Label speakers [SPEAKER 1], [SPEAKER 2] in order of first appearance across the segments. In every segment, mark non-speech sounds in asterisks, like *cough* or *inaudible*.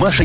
[SPEAKER 1] Маша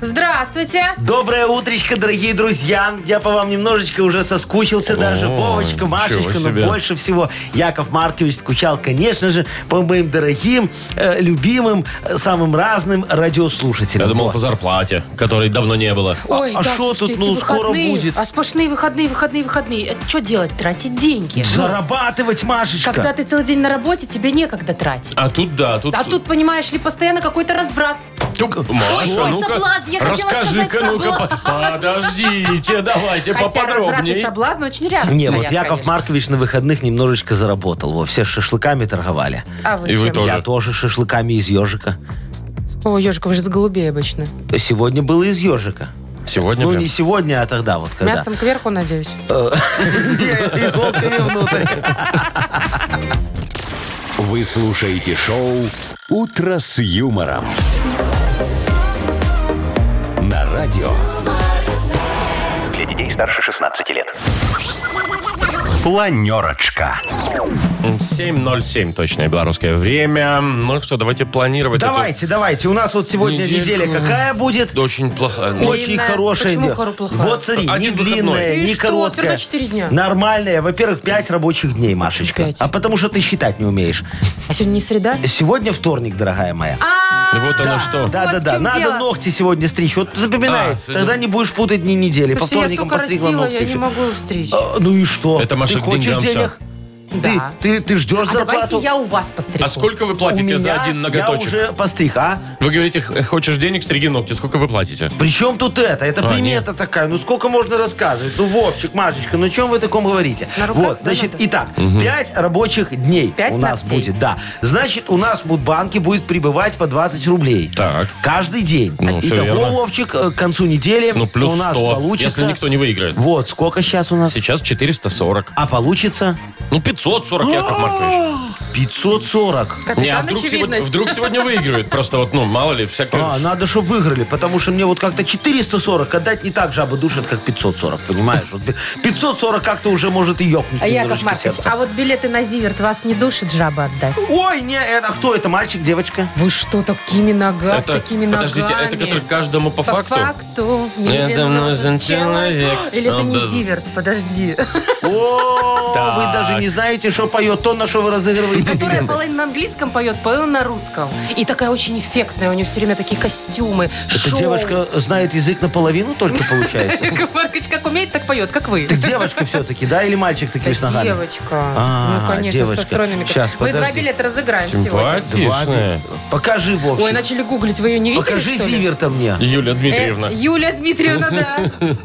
[SPEAKER 2] Здравствуйте.
[SPEAKER 3] А Доброе утречко, дорогие друзья. Я по вам немножечко уже соскучился даже. Вовочка,
[SPEAKER 4] ничего
[SPEAKER 3] Машечка, но
[SPEAKER 4] себе.
[SPEAKER 3] больше всего Яков Маркович скучал, конечно же, по моим дорогим, э, любимым, э, самым разным радиослушателям.
[SPEAKER 4] Я думал
[SPEAKER 3] Во.
[SPEAKER 4] по зарплате, которой давно не было.
[SPEAKER 2] да,
[SPEAKER 3] а шо тут,
[SPEAKER 2] слушайте,
[SPEAKER 3] ну,
[SPEAKER 2] эти
[SPEAKER 3] скоро
[SPEAKER 2] выходные,
[SPEAKER 3] будет?
[SPEAKER 2] А сплошные выходные, выходные, выходные. Это что делать? Тратить деньги.
[SPEAKER 3] Зарабатывать, Машечка.
[SPEAKER 2] Когда ты целый день на работе, тебе некогда тратить.
[SPEAKER 4] А тут да, тут...
[SPEAKER 2] А тут, понимаешь ли, постоянно какой-то разврат.
[SPEAKER 4] Тюк, Маша,
[SPEAKER 2] ой,
[SPEAKER 4] ну-ка,
[SPEAKER 2] соблазн, я хотела
[SPEAKER 4] расскажи-ка,
[SPEAKER 2] сказать,
[SPEAKER 4] ну-ка, по- подождите, давайте
[SPEAKER 2] Хотя разврат и
[SPEAKER 4] поподробнее.
[SPEAKER 2] соблазн очень рядом
[SPEAKER 3] Не,
[SPEAKER 2] стоят,
[SPEAKER 3] вот Яков
[SPEAKER 2] конечно.
[SPEAKER 3] Маркович на выходных немножечко заработал. Во, все с шашлыками торговали.
[SPEAKER 2] А вы
[SPEAKER 4] И вы
[SPEAKER 2] чем?
[SPEAKER 4] тоже.
[SPEAKER 3] Я тоже шашлыками из ежика.
[SPEAKER 2] О, ежик, вы же с голубей обычно.
[SPEAKER 3] Сегодня было из ежика.
[SPEAKER 4] Сегодня
[SPEAKER 3] ну,
[SPEAKER 4] прям.
[SPEAKER 3] не сегодня, а тогда вот когда.
[SPEAKER 2] Мясом кверху, надеюсь.
[SPEAKER 3] Не, *laughs* Иголками внутрь.
[SPEAKER 1] Вы слушаете шоу «Утро с юмором». На радио. Для детей старше 16 лет. Планерочка.
[SPEAKER 4] 7.07 точное белорусское время. Ну что, давайте планировать. эту-
[SPEAKER 3] Давайте, давайте. У нас вот сегодня
[SPEAKER 4] Недельку.
[SPEAKER 3] неделя какая будет?
[SPEAKER 4] Да Очень плохо. Ну,
[SPEAKER 3] Очень
[SPEAKER 2] Длинная.
[SPEAKER 3] хорошая.
[SPEAKER 2] Почему
[SPEAKER 3] неделя.
[SPEAKER 2] хоро- плохая?
[SPEAKER 3] Вот смотри, не
[SPEAKER 4] Один выходной.
[SPEAKER 3] длинная,
[SPEAKER 2] И
[SPEAKER 3] не
[SPEAKER 2] что?
[SPEAKER 3] короткая.
[SPEAKER 2] Всегда четыре дня.
[SPEAKER 3] Нормальная. Во-первых, пять рабочих дней, Машечка.
[SPEAKER 2] Пять.
[SPEAKER 3] А потому что ты считать не умеешь.
[SPEAKER 2] А сегодня не среда?
[SPEAKER 3] Сегодня вторник, дорогая моя.
[SPEAKER 2] А,
[SPEAKER 4] Вот оно что.
[SPEAKER 3] Да,
[SPEAKER 2] вот
[SPEAKER 3] да,
[SPEAKER 2] в
[SPEAKER 3] да.
[SPEAKER 2] чем
[SPEAKER 3] Надо
[SPEAKER 2] дело.
[SPEAKER 3] ногти сегодня стричь. Вот запоминай.
[SPEAKER 4] А, сегодня-
[SPEAKER 3] Тогда не будешь путать дни недели.
[SPEAKER 2] потому
[SPEAKER 3] По
[SPEAKER 2] что я
[SPEAKER 3] вторникам
[SPEAKER 2] столько
[SPEAKER 3] постригла
[SPEAKER 2] раздела,
[SPEAKER 3] ногти.
[SPEAKER 2] я
[SPEAKER 3] и
[SPEAKER 2] не
[SPEAKER 3] всё.
[SPEAKER 2] могу встреть.
[SPEAKER 3] А, Ну и что?
[SPEAKER 4] Это, Маша,
[SPEAKER 3] Ты
[SPEAKER 4] к
[SPEAKER 3] хочешь
[SPEAKER 4] деньгам вся.
[SPEAKER 3] денег? Ты,
[SPEAKER 2] Да.
[SPEAKER 3] ты, ты ждешь
[SPEAKER 2] А
[SPEAKER 3] зарплату?
[SPEAKER 2] давайте я у вас постригу.
[SPEAKER 4] А сколько вы платите
[SPEAKER 3] У меня
[SPEAKER 4] за один ноготочек?
[SPEAKER 3] Я уже постриг, а?
[SPEAKER 4] Вы говорите, х- хочешь денег, стриги ногти. Сколько вы платите?
[SPEAKER 3] Причем тут это? Это
[SPEAKER 4] А,
[SPEAKER 3] примета такая. Ну сколько можно рассказывать? Ну, Вовчик, Машечка, ну чем вы таком говорите?
[SPEAKER 2] На руках,
[SPEAKER 3] вот,
[SPEAKER 2] да,
[SPEAKER 3] значит,
[SPEAKER 2] надо?
[SPEAKER 3] итак, пять рабочих дней
[SPEAKER 2] Пять
[SPEAKER 3] у нас
[SPEAKER 2] ногтей.
[SPEAKER 3] будет. Да. Значит, у нас в Мудбанке будет прибывать по 20 рублей.
[SPEAKER 4] Так.
[SPEAKER 3] Каждый день.
[SPEAKER 4] Ну, всё
[SPEAKER 3] Итого,
[SPEAKER 4] верно.
[SPEAKER 3] Вовчик, э, к концу недели
[SPEAKER 4] Ну, плюс
[SPEAKER 3] у нас
[SPEAKER 4] 100,
[SPEAKER 3] получится...
[SPEAKER 4] если никто не выиграет.
[SPEAKER 3] Вот, сколько сейчас у нас?
[SPEAKER 4] Сейчас 440.
[SPEAKER 3] А получится
[SPEAKER 4] Ну, 540, Яков Маркович.
[SPEAKER 3] 540.
[SPEAKER 4] Не, а
[SPEAKER 2] Капитан
[SPEAKER 4] вдруг сегодня,
[SPEAKER 2] очевидность.
[SPEAKER 4] вдруг сегодня выиграют. Просто вот, ну, мало ли, всякое.
[SPEAKER 3] А, надо, чтобы выиграли, потому что мне вот как-то 440 отдать не так жаба душит, как 540, понимаешь? Вот 540 как-то уже может и ёкнуть
[SPEAKER 2] А, Яков
[SPEAKER 3] немножечко
[SPEAKER 2] Маркович,
[SPEAKER 3] сердце.
[SPEAKER 2] а вот билеты на Зиверт вас не душит жаба отдать?
[SPEAKER 3] Ой, не, это а кто это, мальчик, девочка?
[SPEAKER 2] Вы что, такими ногами, с
[SPEAKER 4] Это-
[SPEAKER 2] такими ногами?
[SPEAKER 4] подождите, это который каждому по, факту?
[SPEAKER 2] мирен
[SPEAKER 4] Это нужен человек.
[SPEAKER 2] Или это
[SPEAKER 4] Ну,
[SPEAKER 2] не
[SPEAKER 4] да.
[SPEAKER 2] Зиверт,
[SPEAKER 4] *laughs*
[SPEAKER 2] подожди.
[SPEAKER 3] О,
[SPEAKER 4] Так.
[SPEAKER 3] вы даже не знаете, что поет то, на что вы разыгрываете
[SPEAKER 2] Которая
[SPEAKER 3] билеты.
[SPEAKER 2] половина на английском поет, половина на русском. И такая очень эффектная, у нее все время такие костюмы,
[SPEAKER 3] Эта
[SPEAKER 2] шоу.
[SPEAKER 3] девочка знает язык наполовину только, получается?
[SPEAKER 2] Яков Маркович как умеет, так поет, как вы.
[SPEAKER 3] Ты девочка все-таки, да, или мальчик
[SPEAKER 2] Да
[SPEAKER 3] такими с ногами?
[SPEAKER 2] девочка.
[SPEAKER 3] А,
[SPEAKER 2] ну, конечно,
[SPEAKER 3] девочка.
[SPEAKER 2] со стройными.
[SPEAKER 3] Щас,
[SPEAKER 2] мы два
[SPEAKER 3] подожди.
[SPEAKER 2] билета разыграем сегодня.
[SPEAKER 4] Симпатичная.
[SPEAKER 3] Покажи,
[SPEAKER 2] Ой,
[SPEAKER 3] Вовчик.
[SPEAKER 2] начали гуглить, вы ее не видели,
[SPEAKER 3] Покажи
[SPEAKER 2] что ли?
[SPEAKER 3] Зиверта мне.
[SPEAKER 4] Юлия
[SPEAKER 2] Э,
[SPEAKER 4] Дмитриевна.
[SPEAKER 2] Юлия Дмитриевна, да.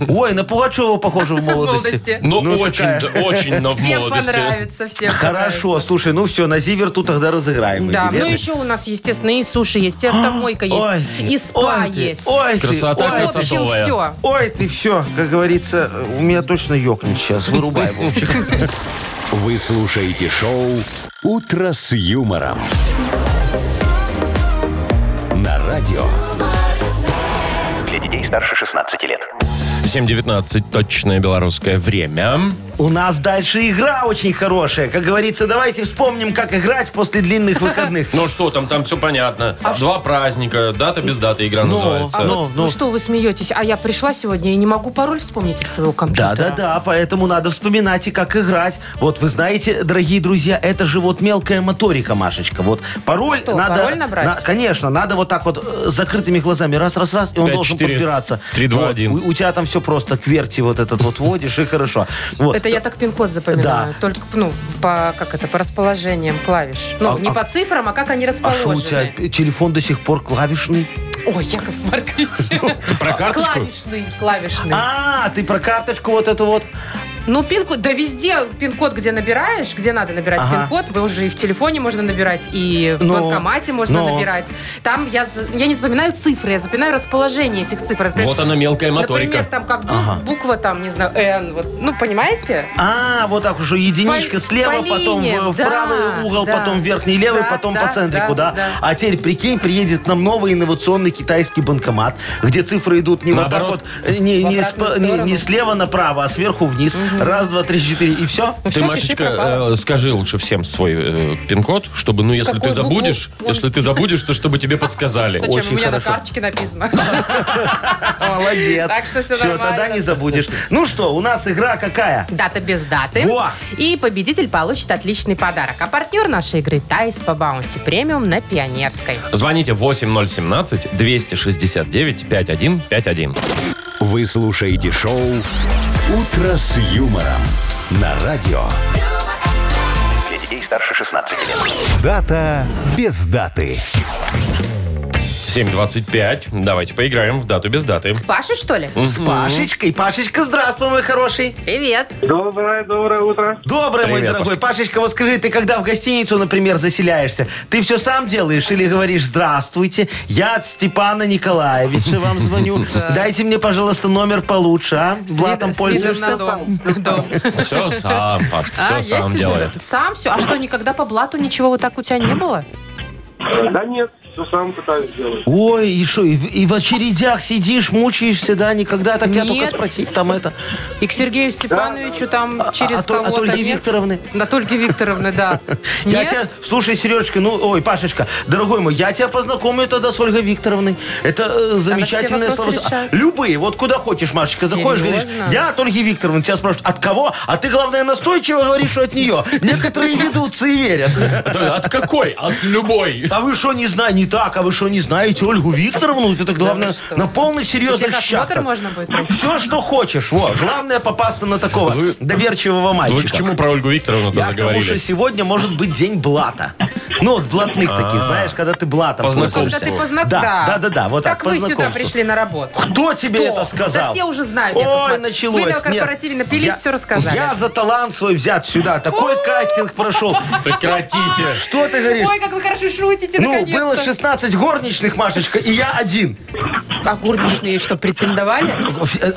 [SPEAKER 3] Ой, на Пугачева похоже в *laughs* молодости.
[SPEAKER 4] *laughs*
[SPEAKER 2] Молодости.
[SPEAKER 4] Ну,
[SPEAKER 3] Ну,
[SPEAKER 4] очень,
[SPEAKER 3] такая.
[SPEAKER 4] да, очень, но в
[SPEAKER 2] *laughs* Всем
[SPEAKER 4] молодости.
[SPEAKER 2] понравится, всем
[SPEAKER 3] Хорошо, слушай, ну все, на Зиверту тогда разыграем.
[SPEAKER 2] Да, ну
[SPEAKER 3] билеты. А,
[SPEAKER 2] еще у нас, естественно, и суши есть, и автомойка есть, и спа
[SPEAKER 3] ой ты,
[SPEAKER 2] есть. Ну,
[SPEAKER 3] ой ты,
[SPEAKER 4] Красота,
[SPEAKER 3] ой
[SPEAKER 2] В
[SPEAKER 3] ты.
[SPEAKER 4] красота.
[SPEAKER 2] общем,
[SPEAKER 4] красотовая.
[SPEAKER 2] все.
[SPEAKER 3] Ой, ты все, как говорится, у меня точно ёкнет сейчас. Вырубай, Вовчик.
[SPEAKER 1] Вы слушаете шоу «Утро с юмором». На радио. Для детей старше 16 лет.
[SPEAKER 4] 7.19, точное белорусское время.
[SPEAKER 3] У нас дальше игра очень хорошая. Как говорится, давайте вспомним, как играть после длинных выходных.
[SPEAKER 4] Ну что там, там все понятно. Два праздника, дата без даты игра называется.
[SPEAKER 3] ну,
[SPEAKER 2] А Ну что вы смеетесь? А я пришла сегодня и не могу пароль вспомнить от своего
[SPEAKER 3] Да,
[SPEAKER 2] компьютера.
[SPEAKER 3] да, да, поэтому надо вспоминать и как играть. Вот вы знаете, дорогие друзья, это же вот мелкая моторика, Машечка. Вот пароль
[SPEAKER 2] Что,
[SPEAKER 3] надо.
[SPEAKER 2] пароль набрать?
[SPEAKER 3] конечно, надо вот так вот э, с закрытыми глазами раз, раз, раз, и он
[SPEAKER 4] Пять,
[SPEAKER 3] должен
[SPEAKER 4] четыре,
[SPEAKER 3] подбираться.
[SPEAKER 4] три, два,
[SPEAKER 3] Вот,
[SPEAKER 4] один.
[SPEAKER 3] У, у тебя там все просто кверти вот этот вот вводишь, и хорошо. Вот.
[SPEAKER 2] Это я так пин-код запоминаю.
[SPEAKER 3] Да.
[SPEAKER 2] Только, ну, по, как это, по расположениям клавиш. Ну,
[SPEAKER 3] А-
[SPEAKER 2] не
[SPEAKER 3] а-
[SPEAKER 2] по цифрам, а как они
[SPEAKER 3] А что у
[SPEAKER 2] расположены.
[SPEAKER 3] тебя э, телефон до сих пор клавишный?
[SPEAKER 2] Ой, Яков Маркович.
[SPEAKER 4] Про карточку?
[SPEAKER 2] Клавишный, клавишный.
[SPEAKER 3] А, ты про карточку вот эту вот.
[SPEAKER 2] Ну, пин-код, да везде пин-код, где набираешь, где надо набирать
[SPEAKER 3] Ага.
[SPEAKER 2] пин-код, вы уже и в телефоне можно набирать, и в
[SPEAKER 3] Ну,
[SPEAKER 2] банкомате можно
[SPEAKER 3] ну.
[SPEAKER 2] набирать. Там я, за- я не запоминаю цифры, я запоминаю расположение этих цифр. Например,
[SPEAKER 4] Вот она мелкая
[SPEAKER 2] Например,
[SPEAKER 4] моторика.
[SPEAKER 2] там как бу- буква, там, не знаю, N, вот, ну, понимаете?
[SPEAKER 3] А, вот так уже единичка
[SPEAKER 2] По-
[SPEAKER 3] слева,
[SPEAKER 2] по
[SPEAKER 3] потом
[SPEAKER 2] линиям,
[SPEAKER 3] в, в
[SPEAKER 2] да,
[SPEAKER 3] правый угол,
[SPEAKER 2] да.
[SPEAKER 3] потом в верхний левый,
[SPEAKER 2] Да,
[SPEAKER 3] потом
[SPEAKER 2] да,
[SPEAKER 3] по центрику, да,
[SPEAKER 2] да, да.
[SPEAKER 3] А теперь, прикинь, приедет нам новый инновационный китайский банкомат, где цифры идут не
[SPEAKER 4] Наоборот.
[SPEAKER 3] вот так вот, э,
[SPEAKER 2] В
[SPEAKER 3] не, не
[SPEAKER 2] обратную
[SPEAKER 3] сп- не-
[SPEAKER 2] сторону.
[SPEAKER 3] не слева направо, а сверху вниз. Раз, два, три, четыре,
[SPEAKER 2] *laughs*
[SPEAKER 3] и все.
[SPEAKER 2] Ну,
[SPEAKER 4] Ты,
[SPEAKER 2] всё, пиши пропало.
[SPEAKER 4] Машечка, э, скажи лучше всем свой э, пин-код, чтобы, ну, если
[SPEAKER 2] Какую
[SPEAKER 4] ты забудешь,
[SPEAKER 2] букву?
[SPEAKER 4] если ты забудешь, то чтобы тебе подсказали.
[SPEAKER 2] Зачем?
[SPEAKER 3] очень
[SPEAKER 2] У меня
[SPEAKER 3] хорошо.
[SPEAKER 2] на карточке написано. *laughs*
[SPEAKER 3] Молодец.
[SPEAKER 2] Так что всё
[SPEAKER 3] Все,
[SPEAKER 2] нормально.
[SPEAKER 3] тогда не забудешь. Ну что, у нас игра какая?
[SPEAKER 2] Дата без даты.
[SPEAKER 3] Во!
[SPEAKER 2] И победитель получит отличный подарок. А партнер нашей игры Тайс по баунти премиум на Пионерской.
[SPEAKER 4] Звоните 8017-269-5151.
[SPEAKER 1] Вы слушаете шоу «Утро с юмором» на радио. Для детей старше 16 лет. Дата без даты.
[SPEAKER 4] 7.25. Давайте поиграем в дату без даты.
[SPEAKER 2] С Пашей, что ли?
[SPEAKER 3] С Пашечкой. Пашечка, здравствуй, мой хороший.
[SPEAKER 2] Привет.
[SPEAKER 5] Доброе, доброе утро.
[SPEAKER 3] Добрый, мой
[SPEAKER 4] Привет,
[SPEAKER 3] дорогой. Пашечка, вот скажи, ты когда в гостиницу, например, заселяешься, ты все сам делаешь или говоришь «Здравствуйте, я от Степана Николаевича вам
[SPEAKER 2] *laughs*
[SPEAKER 3] звоню. Дайте мне, пожалуйста, номер получше, а?
[SPEAKER 2] С
[SPEAKER 3] Блатом
[SPEAKER 2] вид- с видом на
[SPEAKER 3] пользуешься?»
[SPEAKER 2] дом. Дом.
[SPEAKER 4] Все сам, Паш, все сам
[SPEAKER 2] А, есть у тебя?
[SPEAKER 4] делает.
[SPEAKER 2] Сам все? А что, никогда по блату ничего вот так у тебя не было?
[SPEAKER 5] Да нет, все сам пытаюсь сделать.
[SPEAKER 3] Ой, и что, и, в- и в очередях сидишь, мучаешься, да, никогда так я только
[SPEAKER 2] Нет.
[SPEAKER 3] спросить там это.
[SPEAKER 2] И к Сергею Степановичу там
[SPEAKER 3] А-
[SPEAKER 2] через
[SPEAKER 3] а то- от
[SPEAKER 2] кого-то
[SPEAKER 3] Ольги
[SPEAKER 2] нет?
[SPEAKER 3] Викторовны.
[SPEAKER 2] От Ольги Викторовны, да.
[SPEAKER 3] *laughs* Я
[SPEAKER 2] Нет?
[SPEAKER 3] тебя, слушай, Сережечка, ну, ой, Пашечка, дорогой мой, я тебя познакомлю тогда с Ольгой Викторовной. Это э, замечательное
[SPEAKER 2] вопросы
[SPEAKER 3] слово.
[SPEAKER 2] решает.
[SPEAKER 3] Любые, вот куда хочешь, Машечка, заходишь, говоришь,
[SPEAKER 2] Серьезно?
[SPEAKER 3] я от Ольги Викторовны. Тебя спрашивают, от кого? А ты, главное, настойчиво говоришь, что от нее. Некоторые ведутся и верят.
[SPEAKER 4] Это От какой? От любой.
[SPEAKER 3] А вы что не знаете? Не так, а вы что не знаете Ольгу Викторовну? Это, главное,
[SPEAKER 2] вы что?
[SPEAKER 3] на полных
[SPEAKER 2] Где
[SPEAKER 3] серьезных
[SPEAKER 2] осмотр
[SPEAKER 3] щах.
[SPEAKER 2] можно будет пройти?
[SPEAKER 3] Все, что хочешь. Во, главное попасться на такого
[SPEAKER 4] Вы-
[SPEAKER 3] доверчивого
[SPEAKER 4] Вы
[SPEAKER 3] мальчика.
[SPEAKER 4] к чему про Ольгу Викторовну-то
[SPEAKER 3] Я к тому,
[SPEAKER 4] заговорили?
[SPEAKER 3] что сегодня может быть день блата. Ну, вот блатных таких, знаешь, когда ты блатом
[SPEAKER 4] По
[SPEAKER 3] пользуешься.
[SPEAKER 2] Когда
[SPEAKER 4] знакомству.
[SPEAKER 2] ты позна-
[SPEAKER 3] Да, да, да, да, вот
[SPEAKER 2] как
[SPEAKER 3] так, по
[SPEAKER 2] вы сюда
[SPEAKER 3] знакомству.
[SPEAKER 2] пришли на работу?
[SPEAKER 3] Кто тебе
[SPEAKER 2] Кто?
[SPEAKER 3] это сказал?
[SPEAKER 2] Да все уже знают, Яков
[SPEAKER 3] Ой,
[SPEAKER 2] Маркович.
[SPEAKER 3] началось.
[SPEAKER 2] Вы на корпоративе
[SPEAKER 3] корпоративе
[SPEAKER 2] напились, все рассказали.
[SPEAKER 3] Я за талант свой взят сюда. Такой кастинг прошел.
[SPEAKER 4] Прекратите.
[SPEAKER 3] Что ты говоришь?
[SPEAKER 2] Ой, как вы хорошо шутите,
[SPEAKER 3] Ну,
[SPEAKER 2] наконец-то.
[SPEAKER 3] было 16 горничных, Машечка, и я один.
[SPEAKER 2] А горничные что, претендовали?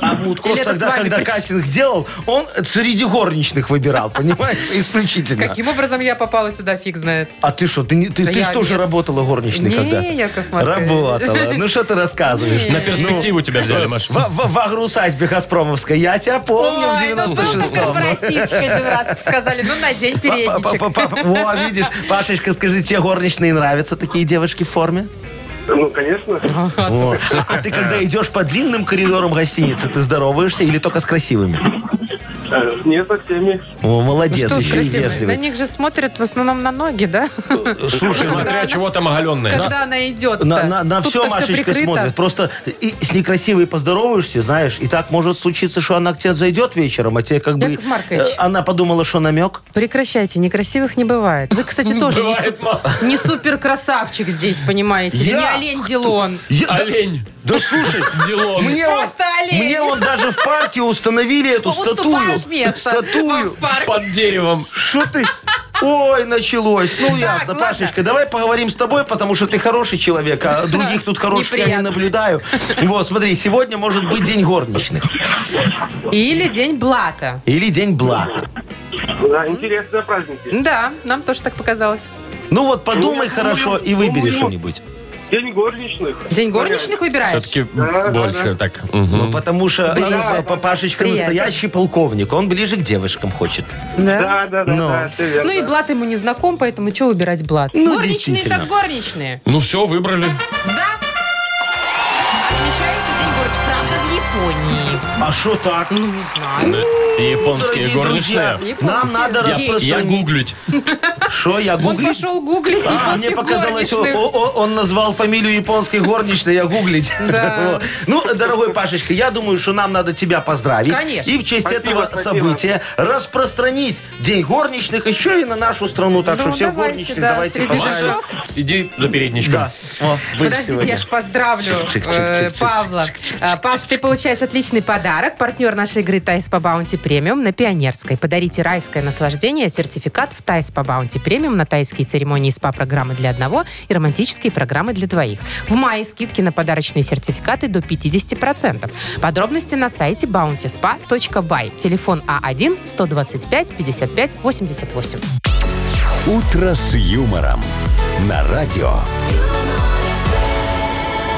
[SPEAKER 3] А Мутков
[SPEAKER 2] Или это с
[SPEAKER 3] тогда,
[SPEAKER 2] вами
[SPEAKER 3] когда
[SPEAKER 2] приш-
[SPEAKER 3] кастинг делал, он среди горничных выбирал, понимаешь? Исключительно.
[SPEAKER 2] Каким образом я попала сюда, фиг знает.
[SPEAKER 3] А ты что, ты, не- ты,
[SPEAKER 2] Да
[SPEAKER 3] ты
[SPEAKER 2] я
[SPEAKER 3] ж тоже
[SPEAKER 2] нет.
[SPEAKER 3] работала горничной
[SPEAKER 2] Не,
[SPEAKER 3] когда-то?
[SPEAKER 2] Яков Маркович.
[SPEAKER 3] Работала. Ну что
[SPEAKER 2] *laughs*
[SPEAKER 3] ты рассказываешь?
[SPEAKER 4] На перспективу
[SPEAKER 3] ну,
[SPEAKER 4] тебя взяли, Маша.
[SPEAKER 3] В, в, в агроусадьбе Газпромовской. Я тебя помню в
[SPEAKER 2] Ой, ну был там
[SPEAKER 3] 96-м.
[SPEAKER 2] корпоративчик один раз. Сказали, ну, на день передничек.
[SPEAKER 3] Па- па- па- па- Во, видишь, Пашечка, скажи, тебе горничные нравятся такие девушки в форме?
[SPEAKER 5] Ну, конечно.
[SPEAKER 3] Во. А ты когда идешь по длинным коридорам гостиницы, ты здороваешься или только с красивыми?
[SPEAKER 5] Э, Не со всеми.
[SPEAKER 3] О, молодец,
[SPEAKER 2] Ну Что
[SPEAKER 3] еще и
[SPEAKER 2] красивые? На
[SPEAKER 3] вежливый.
[SPEAKER 2] них же смотрят в основном на ноги, да?
[SPEAKER 3] Слушай,
[SPEAKER 2] Когда
[SPEAKER 4] Смотря
[SPEAKER 2] она-
[SPEAKER 4] а чего там оголенная.
[SPEAKER 2] Когда она идет
[SPEAKER 3] на, на, на все Машечка смотрит. Просто и с некрасивой поздороваешься, знаешь, и так может случиться, что она к тебе зайдет вечером, а тебе как бы...
[SPEAKER 2] Яков Маркович.
[SPEAKER 3] э, Она подумала, что намек.
[SPEAKER 2] Прекращайте, некрасивых не бывает. Вы, кстати, тоже не,
[SPEAKER 4] Бывает,
[SPEAKER 2] су-
[SPEAKER 4] мам.
[SPEAKER 2] не супер красавчик здесь, понимаете? ли?
[SPEAKER 3] Я?
[SPEAKER 2] Не олень Дилон.
[SPEAKER 3] Я- да-
[SPEAKER 4] Олень.
[SPEAKER 3] Да, слушай,
[SPEAKER 4] Делон.
[SPEAKER 3] мне
[SPEAKER 2] Просто
[SPEAKER 3] вот-
[SPEAKER 2] олень.
[SPEAKER 3] Мне вот даже в парке установили эту статую.
[SPEAKER 2] Уступают место.
[SPEAKER 3] Статую.
[SPEAKER 2] В парке.
[SPEAKER 4] Под деревом.
[SPEAKER 3] Что ты? Ой, началось. Ну, ясно.
[SPEAKER 2] ладно.
[SPEAKER 3] Пашечка, давай поговорим с тобой, потому что ты хороший человек, а других тут хороших я не
[SPEAKER 2] Неприятно.
[SPEAKER 3] наблюдаю. Вот, смотри, сегодня может быть день горничных.
[SPEAKER 2] Или день блата.
[SPEAKER 3] Или день блата.
[SPEAKER 5] Да, интересные праздники.
[SPEAKER 2] Да, нам тоже так показалось.
[SPEAKER 3] Ну вот подумай
[SPEAKER 5] Ну, я
[SPEAKER 3] хорошо
[SPEAKER 5] думаю,
[SPEAKER 3] и выбери
[SPEAKER 5] думаю.
[SPEAKER 3] что-нибудь.
[SPEAKER 5] День горничных.
[SPEAKER 2] День горничных выбираешь?
[SPEAKER 4] Все-таки
[SPEAKER 5] Да, да, да.
[SPEAKER 4] больше так.
[SPEAKER 3] Ну, потому что
[SPEAKER 2] Ближе.
[SPEAKER 3] а, па- Пашечка
[SPEAKER 2] Приятно.
[SPEAKER 3] настоящий полковник. Он ближе к девушкам хочет.
[SPEAKER 2] Да.
[SPEAKER 5] Да, да, да,
[SPEAKER 3] Ну.
[SPEAKER 5] да, всё
[SPEAKER 2] Ну
[SPEAKER 5] верно.
[SPEAKER 2] и блат ему не знаком, поэтому что выбирать блат?
[SPEAKER 3] Ну,
[SPEAKER 2] горничные
[SPEAKER 3] действительно.
[SPEAKER 2] так горничные.
[SPEAKER 4] Ну все, выбрали.
[SPEAKER 2] Да. Отмечается день горничных. Правда, в Японии.
[SPEAKER 3] А что так?
[SPEAKER 2] Ну, не знаю.
[SPEAKER 4] Японские
[SPEAKER 3] Дорогие друзья,
[SPEAKER 4] горничные.
[SPEAKER 2] Японские.
[SPEAKER 3] нам надо
[SPEAKER 2] Я-
[SPEAKER 4] Я
[SPEAKER 2] я
[SPEAKER 3] распространить.
[SPEAKER 4] гуглить.
[SPEAKER 3] Что, я
[SPEAKER 2] Он
[SPEAKER 3] гуглить?
[SPEAKER 2] пошел гуглить
[SPEAKER 3] Ну, А, мне
[SPEAKER 2] японских
[SPEAKER 3] показалось, о-
[SPEAKER 2] горничных.
[SPEAKER 3] о- о- он назвал фамилию японской горничной, я гуглить.
[SPEAKER 2] Да.
[SPEAKER 3] *laughs* Вот. Ну, дорогой Пашечка, я думаю, что нам надо тебя поздравить.
[SPEAKER 2] Конечно.
[SPEAKER 3] И в честь
[SPEAKER 5] Спасибо,
[SPEAKER 3] этого
[SPEAKER 5] спасибо.
[SPEAKER 3] события распространить День горничных еще и на нашу страну. Так
[SPEAKER 2] Ну,
[SPEAKER 3] что всех
[SPEAKER 2] давайте,
[SPEAKER 3] горничных
[SPEAKER 2] да,
[SPEAKER 3] давайте
[SPEAKER 2] среди
[SPEAKER 3] поздравим.
[SPEAKER 2] жильцов.
[SPEAKER 4] Иди за передничком.
[SPEAKER 3] Да. О, вы
[SPEAKER 2] Подождите,
[SPEAKER 3] сегодня.
[SPEAKER 2] я ж поздравлю
[SPEAKER 3] Чик-чик-чик-чик-чик-чик-чик.
[SPEAKER 2] э, Павла. А, Паш, ты получаешь отличный подарок. Партнер нашей игры Тайс по Баунти Премиум на Пионерской. Подарите райское наслаждение, сертификат в Тайс по Баунти Премиум на тайские церемонии и СПА-программы для одного и романтические программы для двоих. В мае скидки на подарочные сертификаты до 50%. Подробности на сайте bountyspa.by. Телефон А А1 125 55 88.
[SPEAKER 1] «Утро с юмором» на радио.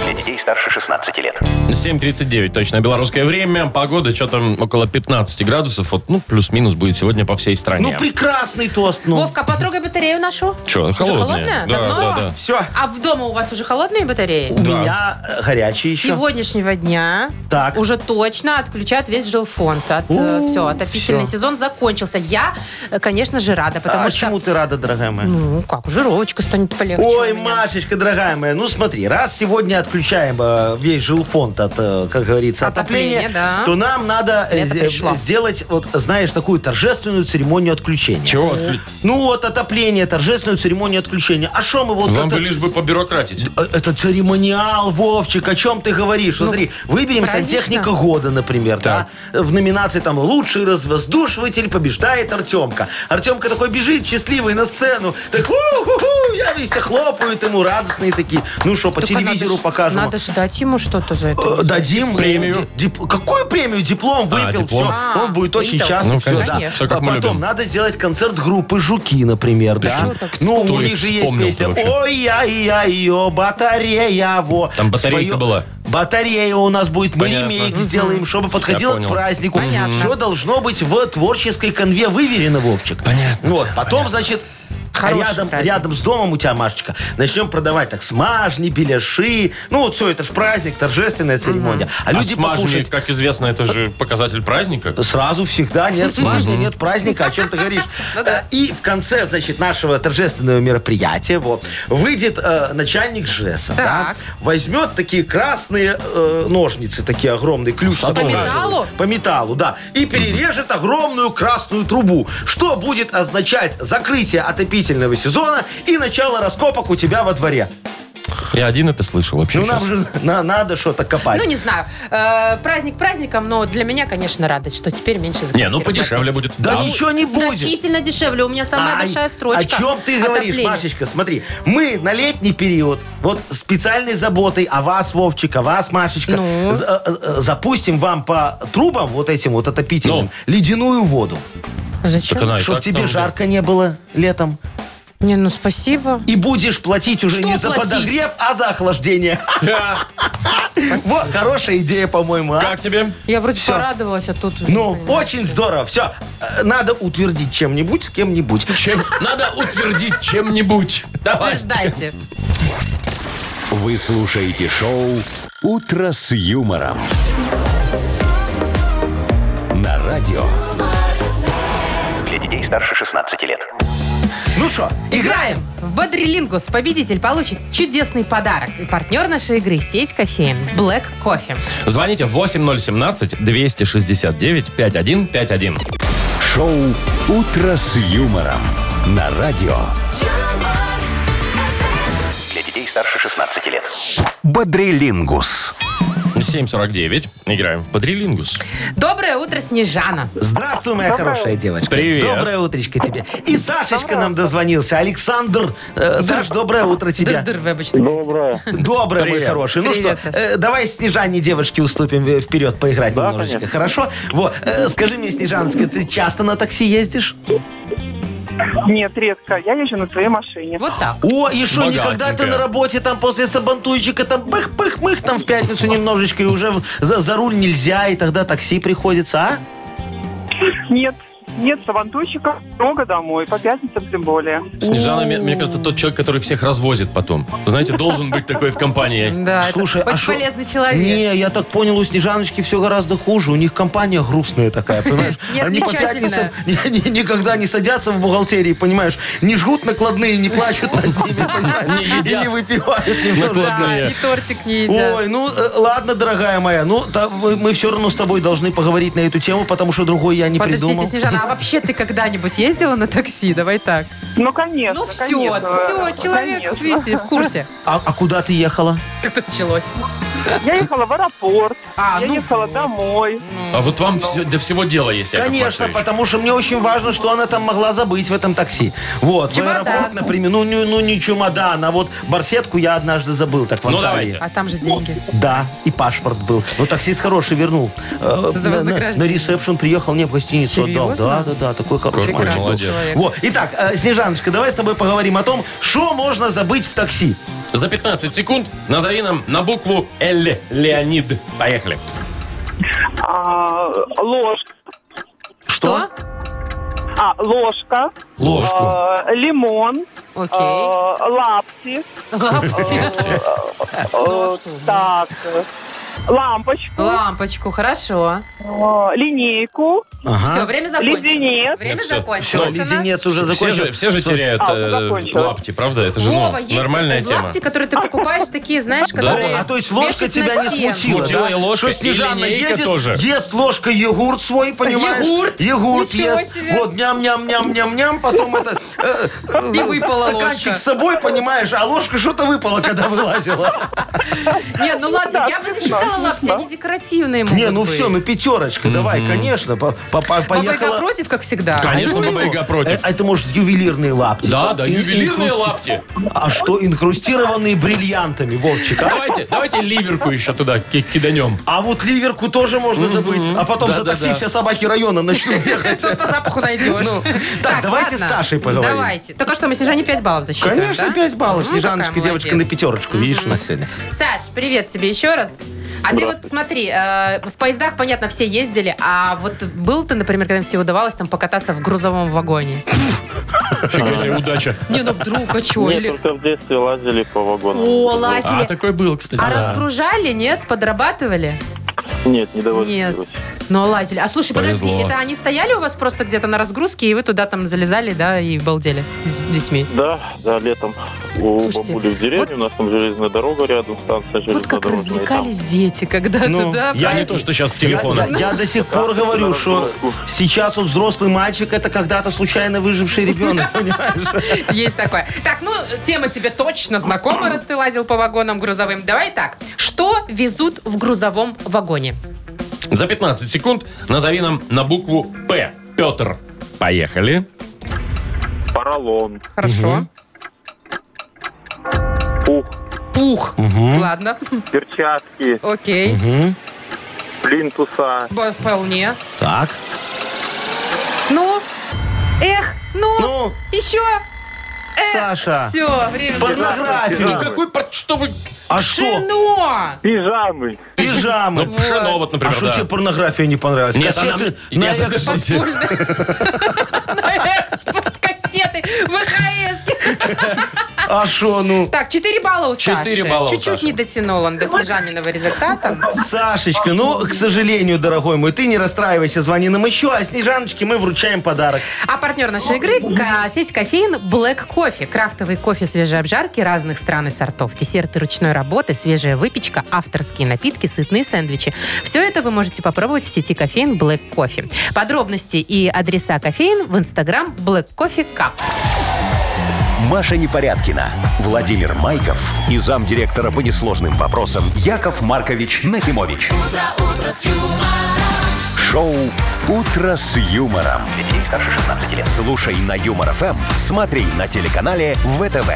[SPEAKER 6] Для детей старше 16 лет.
[SPEAKER 4] 7.39, точно, белорусское время. Погода, что там, около 15 градусов. Вот, ну, плюс-минус будет сегодня по всей стране.
[SPEAKER 3] Ну, прекрасный тост, ну.
[SPEAKER 2] Вовка, потрогай батарею нашу.
[SPEAKER 4] Что, холодная?
[SPEAKER 2] холодная?
[SPEAKER 4] Да,
[SPEAKER 2] Давно?
[SPEAKER 4] да, да.
[SPEAKER 3] Все.
[SPEAKER 2] А в дома у вас уже холодные батареи?
[SPEAKER 3] У меня э, горячий
[SPEAKER 2] С
[SPEAKER 3] еще.
[SPEAKER 2] сегодняшнего дня
[SPEAKER 3] Так.
[SPEAKER 2] уже точно отключат весь жилфонд. От,
[SPEAKER 3] У,
[SPEAKER 2] все, отопительный
[SPEAKER 3] всё.
[SPEAKER 2] сезон закончился. Я, э, конечно же, рада, потому
[SPEAKER 3] А
[SPEAKER 2] что...
[SPEAKER 3] чему ты рада, дорогая моя?
[SPEAKER 2] Ну, как, жировочка станет полегче
[SPEAKER 3] Ой,
[SPEAKER 2] у меня.
[SPEAKER 3] Машечка, дорогая моя, ну смотри, раз сегодня отключаем э, весь жилфонд от, э, как говорится,
[SPEAKER 2] Отопление,
[SPEAKER 3] отопления,
[SPEAKER 2] да.
[SPEAKER 3] то нам надо э,
[SPEAKER 2] Лето
[SPEAKER 3] э,
[SPEAKER 2] пришло.
[SPEAKER 3] сделать, вот знаешь, такую торжественную церемонию отключения.
[SPEAKER 4] Чего? отклю-
[SPEAKER 3] Ну вот отопление, торжественную церемонию отключения. А что мы вот...
[SPEAKER 4] Вам
[SPEAKER 3] это-
[SPEAKER 4] бы лишь бы побюрократить.
[SPEAKER 3] Э, Это церемониал, Вовчик, о чем ты говоришь? Ну, смотри, выберем
[SPEAKER 2] конечно.
[SPEAKER 3] сантехника года, например,
[SPEAKER 4] Так.
[SPEAKER 3] да? В номинации там лучший развоздушиватель побеждает Артемка. Артемка такой бежит, счастливый, на сцену. Так, «Ху-ху-ху!» я весь все хлопают ему, радостные такие. Ну что, по
[SPEAKER 2] Только
[SPEAKER 3] телевизору
[SPEAKER 2] надо ж-
[SPEAKER 3] покажем.
[SPEAKER 2] Надо же дать ему что-то за это.
[SPEAKER 3] Э, Дадим
[SPEAKER 4] Премию.
[SPEAKER 3] Дип- Какую премию? Диплом выпил,
[SPEAKER 4] диплом.
[SPEAKER 3] все.
[SPEAKER 2] А,
[SPEAKER 3] Он будет очень
[SPEAKER 2] выпил.
[SPEAKER 3] счастлив.
[SPEAKER 4] Ну,
[SPEAKER 3] всё,
[SPEAKER 4] конечно.
[SPEAKER 3] да.
[SPEAKER 4] Всё, как
[SPEAKER 3] а
[SPEAKER 4] мы
[SPEAKER 3] потом
[SPEAKER 4] любим.
[SPEAKER 3] надо сделать концерт группы Жуки, например, да?
[SPEAKER 2] что так
[SPEAKER 3] Ну, у
[SPEAKER 4] вспомнил?
[SPEAKER 3] них же есть
[SPEAKER 4] Вспомнил
[SPEAKER 3] песня
[SPEAKER 4] ты вообще.
[SPEAKER 3] Ой, я, я, ее, батарея, во.
[SPEAKER 4] Там батарейка
[SPEAKER 3] Споё-
[SPEAKER 4] была.
[SPEAKER 3] Батарея у нас будет, мы
[SPEAKER 4] Понятно.
[SPEAKER 3] ремейк сделаем, чтобы подходило к
[SPEAKER 4] понял.
[SPEAKER 3] празднику.
[SPEAKER 2] Понятно.
[SPEAKER 3] Все должно быть в творческой конве выверено, Вовчик.
[SPEAKER 4] Понятно
[SPEAKER 3] Вот,
[SPEAKER 4] всё,
[SPEAKER 3] потом, значит,
[SPEAKER 2] Хороший
[SPEAKER 3] рядом,
[SPEAKER 2] праздник.
[SPEAKER 3] рядом с домом у тебя, Машечка, начнем продавать так смажни, беляши. Ну, вот все, это ж праздник, торжественная церемония. А
[SPEAKER 4] А
[SPEAKER 3] люди
[SPEAKER 4] смажни,
[SPEAKER 3] покушать
[SPEAKER 4] как известно, это же показатель праздника.
[SPEAKER 3] Сразу
[SPEAKER 2] *laughs*
[SPEAKER 3] всегда нет смажни, нет праздника, о чем ты говоришь.
[SPEAKER 2] Ну
[SPEAKER 3] Э, И в конце, значит, нашего торжественного мероприятия вот, выйдет э, начальник ЖЭСа, да,
[SPEAKER 2] Так.
[SPEAKER 3] возьмет такие красные э, ножницы, такие огромные, ключ
[SPEAKER 4] По
[SPEAKER 3] такой
[SPEAKER 2] металлу?
[SPEAKER 3] газовый, По металлу, да. И перережет огромную красную трубу, что будет означать закрытие отопительного сезона и начало раскопок у тебя во дворе.
[SPEAKER 4] Я один это слышал вообще
[SPEAKER 3] Ну, нам
[SPEAKER 4] щас.
[SPEAKER 3] же на- надо что-то копать.
[SPEAKER 2] Ну, не знаю. Э, праздник праздником, но для меня, конечно, радость, что теперь меньше за
[SPEAKER 4] Не, ну
[SPEAKER 2] квартиру
[SPEAKER 4] подешевле
[SPEAKER 2] платить.
[SPEAKER 4] будет.
[SPEAKER 3] Да
[SPEAKER 4] Там-
[SPEAKER 3] ничего не будет.
[SPEAKER 2] Значительно дешевле. У меня самая
[SPEAKER 3] Ай,
[SPEAKER 2] большая строчка.
[SPEAKER 3] О чем ты говоришь,
[SPEAKER 2] Отопление.
[SPEAKER 3] Машечка? Смотри, мы на летний период вот специальной заботой о вас, Вовчик, о вас, Машечка,
[SPEAKER 2] Ну.
[SPEAKER 3] з- э, э, запустим вам по трубам вот этим вот отопительным ледяную воду,
[SPEAKER 2] Зачем?
[SPEAKER 4] Так она и
[SPEAKER 3] чтобы
[SPEAKER 4] так
[SPEAKER 3] тебе
[SPEAKER 4] Ну. там-
[SPEAKER 3] жарко не было летом.
[SPEAKER 2] Не, ну спасибо.
[SPEAKER 3] И будешь платить уже
[SPEAKER 2] Что
[SPEAKER 3] не за
[SPEAKER 2] платить?
[SPEAKER 3] подогрев, а за охлаждение. *laughs* А? Вот, хорошая идея, по-моему, а?
[SPEAKER 4] Как тебе?
[SPEAKER 2] Я вроде
[SPEAKER 3] Всё.
[SPEAKER 2] порадовалась, а тут...
[SPEAKER 3] Ну,
[SPEAKER 2] Блин.
[SPEAKER 3] очень здорово. Все, надо утвердить чем-нибудь, с кем-нибудь.
[SPEAKER 4] Чем? Надо утвердить чем-нибудь. Давай.
[SPEAKER 2] Подтверждайте.
[SPEAKER 1] Вы слушаете шоу «Утро с юмором». На радио.
[SPEAKER 6] Для детей старше 16 лет.
[SPEAKER 3] Ну что,
[SPEAKER 2] Играем в Бодрилингус. Победитель получит чудесный подарок. И партнер нашей игры – сеть кофеин Black Coffee.
[SPEAKER 4] Звоните 8017-269-5151.
[SPEAKER 1] Шоу «Утро с юмором» на радио.
[SPEAKER 7] юмор,
[SPEAKER 6] Для детей старше 16 лет.
[SPEAKER 1] Бодрилингус.
[SPEAKER 4] 749. Играем в Бодрилингус.
[SPEAKER 2] Доброе утро, Снежана.
[SPEAKER 3] Здравствуй, моя хорошая девочка.
[SPEAKER 4] Привет.
[SPEAKER 3] Доброе утречко тебе. И Сашечка нам дозвонился. Александр, э, Саш, доброе утро тебе.
[SPEAKER 2] Дыр-дыр вы обычно говорите.
[SPEAKER 3] Доброе, мой хороший. Ну
[SPEAKER 2] Привет,
[SPEAKER 3] что, э, давай Снежане девушке уступим э, вперед поиграть немножечко, хорошо? Вот, э, скажи мне, Снежана, скажи, ты часто на такси ездишь?
[SPEAKER 8] Нет, редко. Я езжу на своей машине.
[SPEAKER 2] Вот так.
[SPEAKER 3] О, и что,
[SPEAKER 4] Богатенькая.
[SPEAKER 3] никогда ты на работе там после сабантуйчика там пых-пых-мых там в пятницу немножечко и уже в- за, за руль нельзя, и тогда такси приходится, а?
[SPEAKER 8] Нет, нет савантуйщиков много домой, по пятницам тем более.
[SPEAKER 4] Снежана, мне, мне кажется, тот человек, который всех развозит потом. Знаете, должен быть такой в компании.
[SPEAKER 2] Да,
[SPEAKER 3] Слушай,
[SPEAKER 2] это
[SPEAKER 3] а
[SPEAKER 2] очень
[SPEAKER 3] шо-
[SPEAKER 2] полезный человек.
[SPEAKER 3] Не, я так понял, у Снежаночки все гораздо хуже. У них компания грустная такая,
[SPEAKER 2] *laughs*
[SPEAKER 3] понимаешь?
[SPEAKER 2] Не
[SPEAKER 3] Они по
[SPEAKER 2] отмечательная.
[SPEAKER 3] пятницам ни- *laughs* ни- никогда не садятся в бухгалтерии, понимаешь? Не жгут накладные, не плачут над ними,
[SPEAKER 2] *laughs*
[SPEAKER 3] понимаешь?
[SPEAKER 4] Не едят.
[SPEAKER 3] И не выпивают немножко.
[SPEAKER 2] Да,
[SPEAKER 4] Накладные.
[SPEAKER 2] и тортик не едят.
[SPEAKER 3] Ой, ну э, ладно, дорогая моя, ну та- мы мы все равно с тобой должны поговорить на эту тему, потому что другой я не
[SPEAKER 2] Подождите,
[SPEAKER 3] придумал.
[SPEAKER 2] Снежана, а вообще ты когда-нибудь ездила на такси? Давай так.
[SPEAKER 8] Ну, конечно.
[SPEAKER 2] ну все,
[SPEAKER 8] конечно,
[SPEAKER 2] все, человек,
[SPEAKER 8] конечно. *laughs*
[SPEAKER 2] видите, в курсе.
[SPEAKER 3] А а куда ты ехала?
[SPEAKER 2] Как это началось.
[SPEAKER 8] Я ехала в аэропорт,
[SPEAKER 2] А,
[SPEAKER 8] я
[SPEAKER 2] ну
[SPEAKER 8] ехала
[SPEAKER 2] вот. Ну.
[SPEAKER 8] домой.
[SPEAKER 4] А вот вам всё- для всего дела есть, Яков
[SPEAKER 3] Конечно,
[SPEAKER 4] Маркович.
[SPEAKER 3] потому что мне очень важно, что она там могла забыть в этом такси. Вот,
[SPEAKER 2] Чемодан.
[SPEAKER 3] в аэропорт, например, ну, не- ну не чемодан, а вот барсетку я однажды забыл так в
[SPEAKER 4] Ну,
[SPEAKER 3] Анталии.
[SPEAKER 4] давайте.
[SPEAKER 2] А там же деньги.
[SPEAKER 3] Да, и паспорт был. Но таксист хороший вернул. Э,
[SPEAKER 2] За
[SPEAKER 3] на- на,
[SPEAKER 2] вознаграждение.
[SPEAKER 3] на ресепшн приехал мне в гостиницу. отдал.
[SPEAKER 2] Серьезно?
[SPEAKER 3] Да, да, да, такой хороший
[SPEAKER 4] Какой
[SPEAKER 3] мальчик был.
[SPEAKER 4] молодец.
[SPEAKER 2] человек.
[SPEAKER 3] Вот. Итак, э, Снежаночка, давай с тобой поговорим о том, что можно забыть в такси.
[SPEAKER 4] За 15 секунд назови нам на букву Л. Леонид. Поехали.
[SPEAKER 8] А, ложка.
[SPEAKER 3] Что?
[SPEAKER 8] А, ложка.
[SPEAKER 4] Ложку.
[SPEAKER 8] а, лимон.
[SPEAKER 2] Окей.
[SPEAKER 8] а, лапти.
[SPEAKER 3] *laughs*
[SPEAKER 2] Лапти. Ну, а
[SPEAKER 8] а,
[SPEAKER 2] что вы?
[SPEAKER 8] Так. э, Лампочку.
[SPEAKER 2] Лампочку, хорошо.
[SPEAKER 8] а, Линейку.
[SPEAKER 2] Все,
[SPEAKER 3] Ага.
[SPEAKER 2] время закончилось.
[SPEAKER 8] леденец.
[SPEAKER 2] Время
[SPEAKER 4] Всё,
[SPEAKER 3] Все,
[SPEAKER 2] закончилось. у нас.
[SPEAKER 3] А? леденец уже
[SPEAKER 4] Все же,
[SPEAKER 3] закончил.
[SPEAKER 4] все же теряют
[SPEAKER 8] А,
[SPEAKER 4] э,
[SPEAKER 8] закончилось.
[SPEAKER 4] лапти, правда? Это же ну,
[SPEAKER 2] Вова, есть
[SPEAKER 4] нормальная тема.
[SPEAKER 2] лапти, которые ты покупаешь, такие, знаешь,
[SPEAKER 4] Да.
[SPEAKER 2] которые
[SPEAKER 3] О, а то есть ложка
[SPEAKER 2] вешают
[SPEAKER 3] тебя
[SPEAKER 2] на
[SPEAKER 3] не
[SPEAKER 2] стену.
[SPEAKER 3] смутила,
[SPEAKER 4] Смутила
[SPEAKER 3] да?
[SPEAKER 4] и ложка,
[SPEAKER 3] Что Снежана
[SPEAKER 4] и линейка
[SPEAKER 3] едет,
[SPEAKER 4] тоже.
[SPEAKER 3] ест ложка йогурт свой, понимаешь?
[SPEAKER 2] Йогурт?
[SPEAKER 3] Йогурт
[SPEAKER 2] Ничего
[SPEAKER 3] ест.
[SPEAKER 2] себе.
[SPEAKER 3] Вот ням-ням-ням-ням-ням, потом это... э, э,
[SPEAKER 2] И выпала
[SPEAKER 3] Стаканчик
[SPEAKER 2] ложка.
[SPEAKER 3] с собой, понимаешь, а ложка что-то выпала, когда вылазила.
[SPEAKER 4] *laughs*
[SPEAKER 2] Не, ну ладно, я бы засчитала лапти,
[SPEAKER 8] Да.
[SPEAKER 2] они декоративные могут
[SPEAKER 3] Не, ну
[SPEAKER 2] быть.
[SPEAKER 3] все, ну пятерочка, давай, конечно. по- по- по-
[SPEAKER 2] Бабайка
[SPEAKER 3] Поехала.
[SPEAKER 2] против, как всегда.
[SPEAKER 4] Конечно,
[SPEAKER 3] Ну,
[SPEAKER 4] Баба Яга против.
[SPEAKER 3] э, Это, может, ювелирные лапти.
[SPEAKER 4] Да, да,
[SPEAKER 3] И-
[SPEAKER 4] ювелирные
[SPEAKER 3] инкрусти-
[SPEAKER 4] лапти.
[SPEAKER 3] А что, инкрустированные бриллиантами, Вовчик, а?
[SPEAKER 4] Давайте, давайте ливерку еще туда ки- киданем.
[SPEAKER 3] А вот ливерку тоже можно забыть. А потом за такси
[SPEAKER 4] Да-да-да.
[SPEAKER 3] все собаки
[SPEAKER 4] *laughs*
[SPEAKER 3] района начнут бегать.
[SPEAKER 2] Тут по запаху найдешь.
[SPEAKER 3] Ну, так, давайте с Сашей поговорим.
[SPEAKER 2] Давайте. Только что мы Снежане 5 баллов засчитаем,
[SPEAKER 3] Конечно,
[SPEAKER 2] да?
[SPEAKER 3] 5 баллов.
[SPEAKER 2] Ну, какая
[SPEAKER 3] Снежаночка, девочка, на
[SPEAKER 2] молодец.
[SPEAKER 3] пятерочку. Видишь, у нас сегодня.
[SPEAKER 2] Саш, привет тебе еще раз. А ты вот смотри, э, в поездах, понятно, все ездили, а вот был ты, например, когда все удавалось там покататься в грузовом вагоне?
[SPEAKER 4] Фига себе, удача.
[SPEAKER 2] Не, ну вдруг, а что?
[SPEAKER 7] Нет,
[SPEAKER 2] Или...
[SPEAKER 7] только в детстве лазили по вагонам.
[SPEAKER 2] О,
[SPEAKER 4] А,
[SPEAKER 2] лазили.
[SPEAKER 4] такой был, кстати.
[SPEAKER 2] А
[SPEAKER 4] да.
[SPEAKER 2] разгружали, нет? Подрабатывали?
[SPEAKER 7] Нет, не доводилось.
[SPEAKER 2] Нет. Ну, а лазили. А слушай, подожди,
[SPEAKER 4] Повезло.
[SPEAKER 2] это они стояли у вас просто где-то на разгрузке, и вы туда там залезали, да, и балдели с детьми?
[SPEAKER 7] Да, да, летом у
[SPEAKER 2] Слушайте,
[SPEAKER 7] бабули в деревне,
[SPEAKER 2] вот-
[SPEAKER 7] у нас там железная дорога рядом, станция
[SPEAKER 2] Вот как
[SPEAKER 7] железнодорожная, и там
[SPEAKER 2] развлекались дети когда-то,
[SPEAKER 3] Ну,
[SPEAKER 2] да?
[SPEAKER 4] Я не то, что сейчас в телефонах.
[SPEAKER 3] Я, я до сих пор говорю, что сейчас вот взрослый мальчик это когда-то случайно
[SPEAKER 2] *laughs*
[SPEAKER 3] выживший ребенок, понимаешь?
[SPEAKER 2] Есть такое. Так, ну, тема тебе точно знакома, раз ты лазил по вагонам грузовым. Давай так. Что везут в грузовом вагоне?
[SPEAKER 4] За 15 секунд назови нам на букву П. Петр. Поехали.
[SPEAKER 7] поролон,
[SPEAKER 2] Хорошо.
[SPEAKER 7] пух,
[SPEAKER 2] Пух. Ладно.
[SPEAKER 7] перчатки,
[SPEAKER 2] Окей.
[SPEAKER 7] плинтуса,
[SPEAKER 2] Б- Вполне.
[SPEAKER 3] Так.
[SPEAKER 2] Ну, эх, ну,
[SPEAKER 3] Ну,
[SPEAKER 2] еще.
[SPEAKER 3] Саша,
[SPEAKER 2] Все, время.
[SPEAKER 3] порнографию.
[SPEAKER 7] Ну,
[SPEAKER 4] Какой, пар- что вы...
[SPEAKER 3] А что?
[SPEAKER 2] Пшено.
[SPEAKER 7] пижамы.
[SPEAKER 3] Пижамы.
[SPEAKER 4] Ну, пшено вот,
[SPEAKER 3] А
[SPEAKER 4] например,
[SPEAKER 3] что
[SPEAKER 4] да.
[SPEAKER 3] тебе порнография не понравилась?
[SPEAKER 4] Нет, она-
[SPEAKER 3] Кассеты
[SPEAKER 4] Нет,
[SPEAKER 3] на экспорт.
[SPEAKER 4] подождите.
[SPEAKER 2] На экспорт кассеты. ВХС.
[SPEAKER 3] А что, ну?
[SPEAKER 2] Так, 4 балла у Саши.
[SPEAKER 4] Четыре балла у
[SPEAKER 2] Чуть-чуть
[SPEAKER 4] Саши.
[SPEAKER 2] не дотянул он до Снежаниного результата.
[SPEAKER 3] Сашечка, ну, к сожалению, дорогой мой, ты не расстраивайся, звони нам еще, а Снежаночке мы вручаем подарок.
[SPEAKER 2] А партнер нашей игры – ка- сеть кофеин Black Coffee. Крафтовый кофе свежей обжарки разных стран и сортов, десерты ручной работы, свежая выпечка, авторские напитки, сытные сэндвичи. Все это вы можете попробовать в сети кофеин Black Coffee. Подробности и адреса кофеин в инстаграм Black Coffee Cup.
[SPEAKER 1] Маша Непорядкина, Владимир Майков и замдиректора по несложным вопросам Яков Маркович Нахимович. Шоу Утро с юмором. Детей старше 16 лет. Слушай на юмор ФМ, смотри на телеканале ВТВ.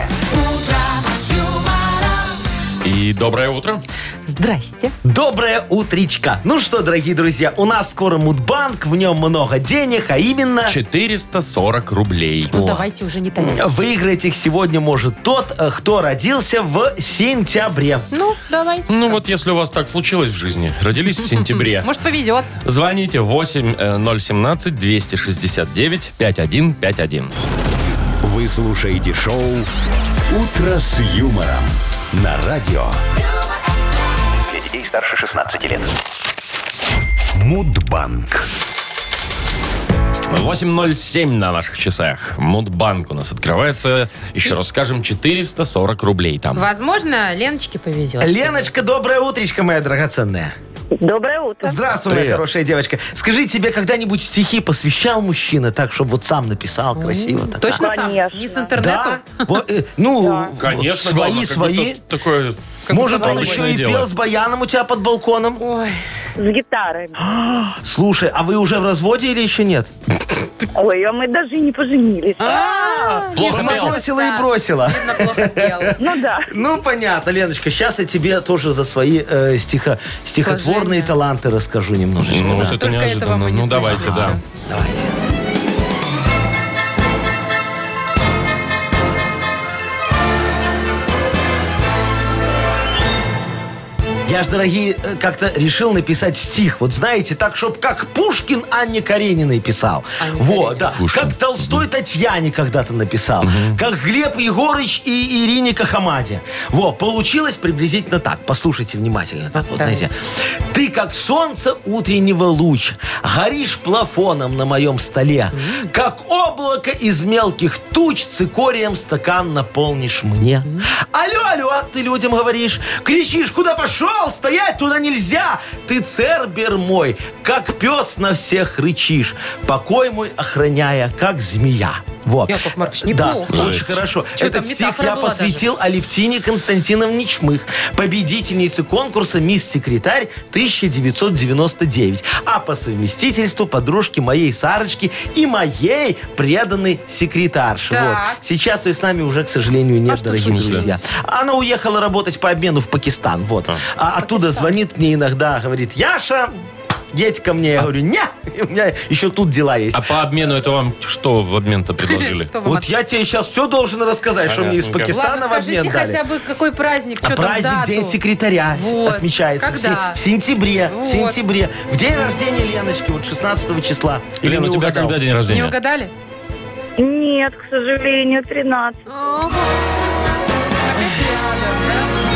[SPEAKER 4] И доброе утро.
[SPEAKER 2] Здрасте.
[SPEAKER 3] Доброе утречко. Ну что, дорогие друзья, у нас скоро Мудбанк, в нем много денег, а именно...
[SPEAKER 4] 440 рублей.
[SPEAKER 2] Ну, давайте уже не томить.
[SPEAKER 3] Выиграть их сегодня может тот, э, кто родился в сентябре.
[SPEAKER 2] Ну, давайте.
[SPEAKER 4] Ну вот если у вас так случилось в жизни, родились в
[SPEAKER 3] *laughs*
[SPEAKER 4] сентябре,
[SPEAKER 2] Может, повезет.
[SPEAKER 4] звоните э, 8017-269-5151.
[SPEAKER 1] Вы слушаете шоу Утро с юмором на радио
[SPEAKER 6] Для детей старше 16 лет.
[SPEAKER 1] Мудбанк.
[SPEAKER 4] 8.07 на наших часах. Мудбанк у нас открывается. Еще раз скажем, 440 рублей там.
[SPEAKER 2] Возможно, Леночке повезет.
[SPEAKER 3] Леночка, доброе утречко, моя драгоценная.
[SPEAKER 9] Доброе утро.
[SPEAKER 3] Здравствуй, моя
[SPEAKER 4] Привет.
[SPEAKER 3] хорошая девочка. Скажи, тебе когда-нибудь стихи посвящал мужчина так, чтобы вот сам написал красиво? так? А,
[SPEAKER 2] Точно сам?
[SPEAKER 9] Конечно.
[SPEAKER 2] Не с
[SPEAKER 3] Да?
[SPEAKER 2] интернету?
[SPEAKER 3] Вот, э, ну,
[SPEAKER 4] Конечно,
[SPEAKER 3] свои,
[SPEAKER 4] главное, как
[SPEAKER 3] свои.
[SPEAKER 4] будто Такое
[SPEAKER 2] как
[SPEAKER 3] Может, он
[SPEAKER 4] обычное
[SPEAKER 3] еще и
[SPEAKER 4] дело.
[SPEAKER 3] пел с баяном у тебя под балконом?
[SPEAKER 2] Ой,
[SPEAKER 9] С гитарой.
[SPEAKER 3] Слушай, а вы уже в разводе или еще нет?
[SPEAKER 9] Ой, а мы даже и не поженились.
[SPEAKER 2] Ну,
[SPEAKER 3] А,
[SPEAKER 4] Плохо пел.
[SPEAKER 3] Подбросила и бросила.
[SPEAKER 2] видно, плохо пел.
[SPEAKER 9] Ну да.
[SPEAKER 3] Ну, понятно, Леночка, сейчас я тебе тоже за свои э, стихо- стихотворные
[SPEAKER 2] Сложения.
[SPEAKER 3] таланты расскажу немножечко.
[SPEAKER 4] Ну,
[SPEAKER 3] да.
[SPEAKER 4] вот это
[SPEAKER 2] Только этого
[SPEAKER 4] неожиданно.
[SPEAKER 2] мы не
[SPEAKER 4] Ну, давайте,
[SPEAKER 2] слышали
[SPEAKER 4] да.
[SPEAKER 2] еще.
[SPEAKER 3] Давайте. Я ж, дорогие, э, как-то решил написать стих. Вот знаете, так, чтобы как Пушкин Анне Карениной писал. вот, да.
[SPEAKER 4] Пушкин.
[SPEAKER 3] Как Толстой Татьяне когда-то написал. Как Глеб Егорыч и Ирине Кахамаде. Вот, получилось приблизительно так. Послушайте внимательно. Так вот,
[SPEAKER 2] Давайте.
[SPEAKER 3] знаете. Ты, как солнце утреннего луч, горишь плафоном на моем столе. Как облако из мелких туч, цикорием стакан наполнишь мне. Алло, алло, ты людям говоришь. Кричишь, куда пошел, стоять туда нельзя. Ты цербер мой, как пес на всех рычишь. Покой мой охраняя, как змея. Вот.
[SPEAKER 2] Яков Маркович,
[SPEAKER 3] да,
[SPEAKER 2] неплохо.
[SPEAKER 3] очень хорошо.
[SPEAKER 2] Чё, там
[SPEAKER 3] Этот стих
[SPEAKER 2] метафора
[SPEAKER 3] я
[SPEAKER 2] была даже.
[SPEAKER 3] посвятил Алевтине Константиновне Чмых, победительнице конкурса «Мисс Секретарь» 1999, а по совместительству подружки моей Сарочки и моей преданной секретарши.
[SPEAKER 2] Так. А
[SPEAKER 3] Вот. Сейчас ее с нами уже, к сожалению, нет, дорогие
[SPEAKER 4] смысле?
[SPEAKER 3] друзья. Она уехала работать по обмену в Пакистан. Вот. А, оттуда звонит мне иногда, говорит, Яша, едь ко мне. Я говорю, не, у меня еще тут дела есть.
[SPEAKER 4] А по обмену это вам что в
[SPEAKER 2] *laughs*
[SPEAKER 4] обмен-то предложили?
[SPEAKER 2] Что вам
[SPEAKER 3] Вот
[SPEAKER 2] от-
[SPEAKER 3] я тебе сейчас все должен рассказать, что мне из
[SPEAKER 4] Понятненько.
[SPEAKER 3] Пакистана
[SPEAKER 2] Ладно,
[SPEAKER 3] в обмен
[SPEAKER 2] скажите
[SPEAKER 3] дали.
[SPEAKER 2] хотя
[SPEAKER 3] А
[SPEAKER 2] бы, какой праздник, что там
[SPEAKER 3] Праздник
[SPEAKER 2] дату?
[SPEAKER 3] День секретаря с-
[SPEAKER 2] Вот.
[SPEAKER 3] отмечается в се-
[SPEAKER 2] Когда?
[SPEAKER 3] В, сентябре.
[SPEAKER 2] Вот.
[SPEAKER 3] В сентябре. В день рождения Леночки, вот 16 числа.
[SPEAKER 4] Лен, у
[SPEAKER 3] не
[SPEAKER 4] тебя
[SPEAKER 3] угадал?
[SPEAKER 4] когда день
[SPEAKER 2] Не
[SPEAKER 4] рождения?
[SPEAKER 2] угадали?
[SPEAKER 9] Нет, к сожалению, 13.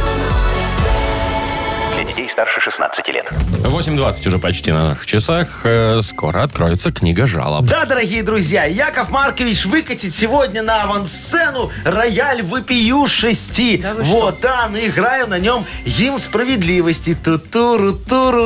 [SPEAKER 6] Для детей старше 16 лет.
[SPEAKER 4] 8.20 уже почти на наших часах. Э, Скоро откроется книга жалоб.
[SPEAKER 3] Да, дорогие друзья, Яков Маркович выкатит сегодня на авансцену рояль выпию шести. вот, да, наиграю на нем гимн справедливости. ту туру туру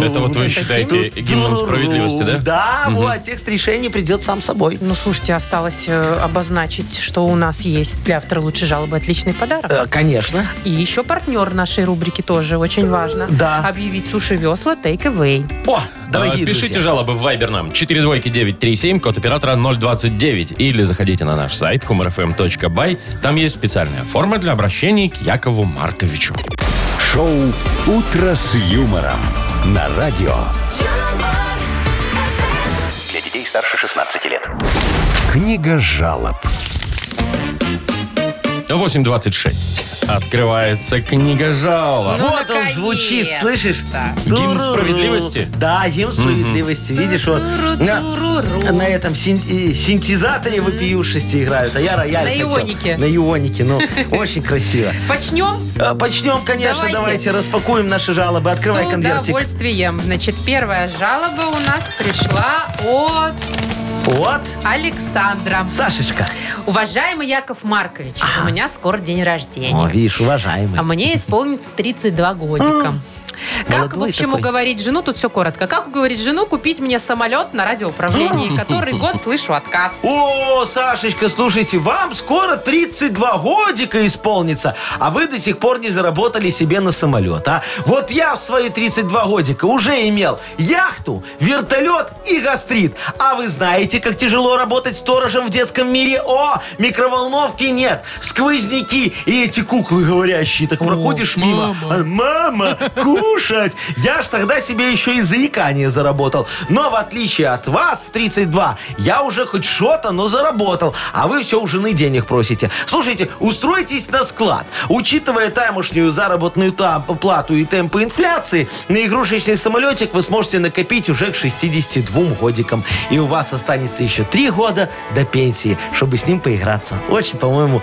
[SPEAKER 4] Это вот вы считаете гимном справедливости, да?
[SPEAKER 3] Да, вот, а текст решения придет сам собой.
[SPEAKER 2] Ну, слушайте, осталось э, обозначить, что у нас есть для автора лучшей жалобы отличный подарок.
[SPEAKER 3] Э, Конечно.
[SPEAKER 2] И еще партнер нашей рубрики тоже очень важно.
[SPEAKER 3] Да.
[SPEAKER 2] Объявить суши-весла take away.
[SPEAKER 3] О,
[SPEAKER 4] Э,
[SPEAKER 3] дорогие
[SPEAKER 4] Пишите
[SPEAKER 3] друзья.
[SPEAKER 4] жалобы в Viber нам 42937, код оператора 029. Или заходите на наш сайт humorfm.by. Там есть специальная форма для обращений к Якову Марковичу.
[SPEAKER 1] Шоу «Утро с юмором» на радио.
[SPEAKER 6] Для детей старше 16 лет.
[SPEAKER 1] Книга жалоб.
[SPEAKER 4] 8.26. Открывается книга жалоб.
[SPEAKER 2] Ну,
[SPEAKER 3] вот он
[SPEAKER 2] наконец-то.
[SPEAKER 3] звучит, слышишь?
[SPEAKER 4] Гимн
[SPEAKER 3] Туру-ру.
[SPEAKER 4] справедливости?
[SPEAKER 3] Да, гимн справедливости. Видишь, вот на, на этом син- и синтезаторе вопиюшисти играют, а я рояль
[SPEAKER 2] На
[SPEAKER 3] хотел.
[SPEAKER 2] ионике.
[SPEAKER 3] На ионике, ну, очень красиво.
[SPEAKER 2] Почнем?
[SPEAKER 3] А, Почнем, конечно,
[SPEAKER 2] Давайте.
[SPEAKER 3] давайте распакуем наши жалобы. Открывай
[SPEAKER 2] С
[SPEAKER 3] конвертик.
[SPEAKER 2] удовольствием. Значит, первая жалоба у нас пришла от
[SPEAKER 3] Вот,
[SPEAKER 2] Александра.
[SPEAKER 3] Сашечка.
[SPEAKER 2] Уважаемый Яков Маркович, у меня скоро день рождения.
[SPEAKER 3] О, видишь, уважаемый.
[SPEAKER 2] А мне исполнится 32 годика. Как, в
[SPEAKER 3] молодой
[SPEAKER 2] общем,
[SPEAKER 3] такой.
[SPEAKER 2] уговорить жену, тут все коротко, как уговорить жену купить мне самолет на
[SPEAKER 3] *gasps*
[SPEAKER 2] радиоуправлении, который год слышу отказ?
[SPEAKER 3] О, Сашечка, слушайте, вам скоро 32 годика исполнится, а вы до сих пор не заработали себе на самолет, а? Вот я в свои 32 годика уже имел яхту, вертолет и гастрит. А вы знаете, как тяжело работать сторожем в детском мире? О, микроволновки нет, сквозняки и эти куклы говорящие. Так проходишь мимо, а, мама, куклы слушать. Я ж тогда себе еще и заикание заработал. Но в отличие от вас, в 32, я уже хоть что-то, но заработал. А вы все у жены денег просите. Слушайте, устройтесь на склад. Учитывая тамошнюю заработную там- плату и темпы инфляции, на игрушечный самолетик вы сможете накопить уже к 62 годикам. И у вас останется еще 3 года до пенсии, чтобы с ним поиграться. Очень, по-моему,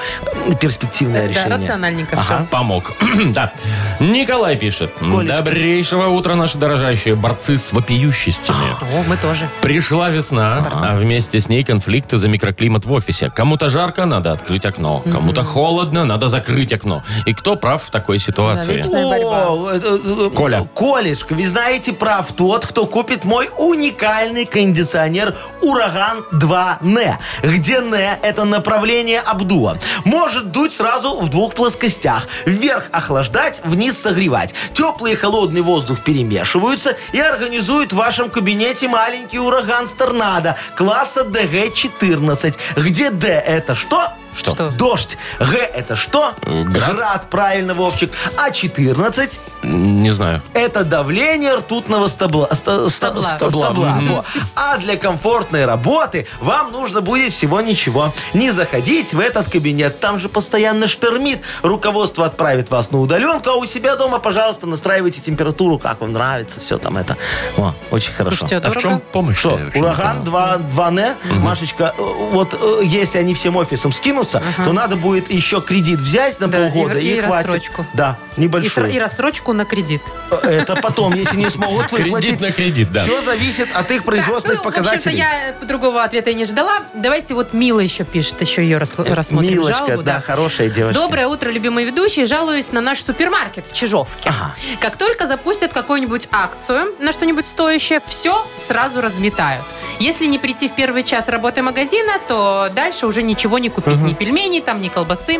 [SPEAKER 3] перспективное
[SPEAKER 2] Да,
[SPEAKER 3] решение.
[SPEAKER 2] рациональненько
[SPEAKER 3] Ага.
[SPEAKER 2] все.
[SPEAKER 4] Помог. *clears throat* да. Николай пишет. Добрейшего утра, наши дорожащие борцы с вопиющестями.
[SPEAKER 2] О, мы тоже.
[SPEAKER 4] Пришла весна, а вместе с ней конфликты за микроклимат в офисе. Кому-то жарко, надо открыть окно. Кому-то холодно, надо закрыть окно. И кто прав в такой ситуации?
[SPEAKER 2] Завидно. Вечная борьба.
[SPEAKER 3] О, э, э,
[SPEAKER 4] Коля.
[SPEAKER 3] Колешка, вы знаете, прав тот, кто купит мой уникальный кондиционер «Ураган 2Н», где «Н» — это направление обдува. Может дуть сразу в двух плоскостях. Вверх охлаждать, вниз согревать. Теплый и холодный воздух перемешиваются и организуют в вашем кабинете маленький ураган с торнадо класса ДГ-14, где «Д» — это что?
[SPEAKER 4] Что?
[SPEAKER 2] Что?
[SPEAKER 3] Дождь. Г это что?
[SPEAKER 4] Э, град.
[SPEAKER 3] Град, правильно, Вовчик. А 14
[SPEAKER 4] М, Не знаю.
[SPEAKER 3] это давление ртутного стабла, ста- ста-
[SPEAKER 2] Стабла.
[SPEAKER 3] ста- стабла. Во. А для комфортной работы вам нужно будет всего ничего. Не заходить в этот кабинет. Там же постоянно штормит. Руководство отправит вас на удаленку, а у себя дома, пожалуйста, настраивайте температуру, как вам нравится. Все там это. Во, очень хорошо.
[SPEAKER 2] Слушайте, а
[SPEAKER 4] А в
[SPEAKER 2] дорого?
[SPEAKER 4] чем помощь?
[SPEAKER 3] Что, ураган 2, 2Н? Машечка, э, вот э, если они всем офисом скинутся, то надо будет еще кредит взять на
[SPEAKER 2] Да, и-
[SPEAKER 3] полгода и,
[SPEAKER 2] и
[SPEAKER 3] хватит.
[SPEAKER 2] рассрочку.
[SPEAKER 3] Да,
[SPEAKER 2] И,
[SPEAKER 3] небольшую. Э,
[SPEAKER 2] сра- и рассрочку на кредит.
[SPEAKER 3] Это потом, если не
[SPEAKER 4] *laughs*
[SPEAKER 3] смогут
[SPEAKER 4] Кредит
[SPEAKER 3] выплатить.
[SPEAKER 4] на кредит, да.
[SPEAKER 3] Все зависит от их
[SPEAKER 2] Так,
[SPEAKER 3] производственных
[SPEAKER 2] ну,
[SPEAKER 3] показателей.
[SPEAKER 2] В общем-то, я э, другого ответа и не ждала. Давайте вот Мила еще пишет, еще ее рас-
[SPEAKER 3] Э,
[SPEAKER 2] рассмотрим
[SPEAKER 3] Милочка,
[SPEAKER 2] жалобу.
[SPEAKER 3] да, хорошая девочка.
[SPEAKER 2] Доброе утро, любимые ведущие. Жалуюсь на наш супермаркет в Чижовке.
[SPEAKER 3] Ага.
[SPEAKER 2] Как только запустят какую-нибудь акцию на что-нибудь стоящее, все сразу разметают. Если не прийти в первый час работы магазина, то дальше уже ничего не купить. Ни пельменей, там, ни колбасы.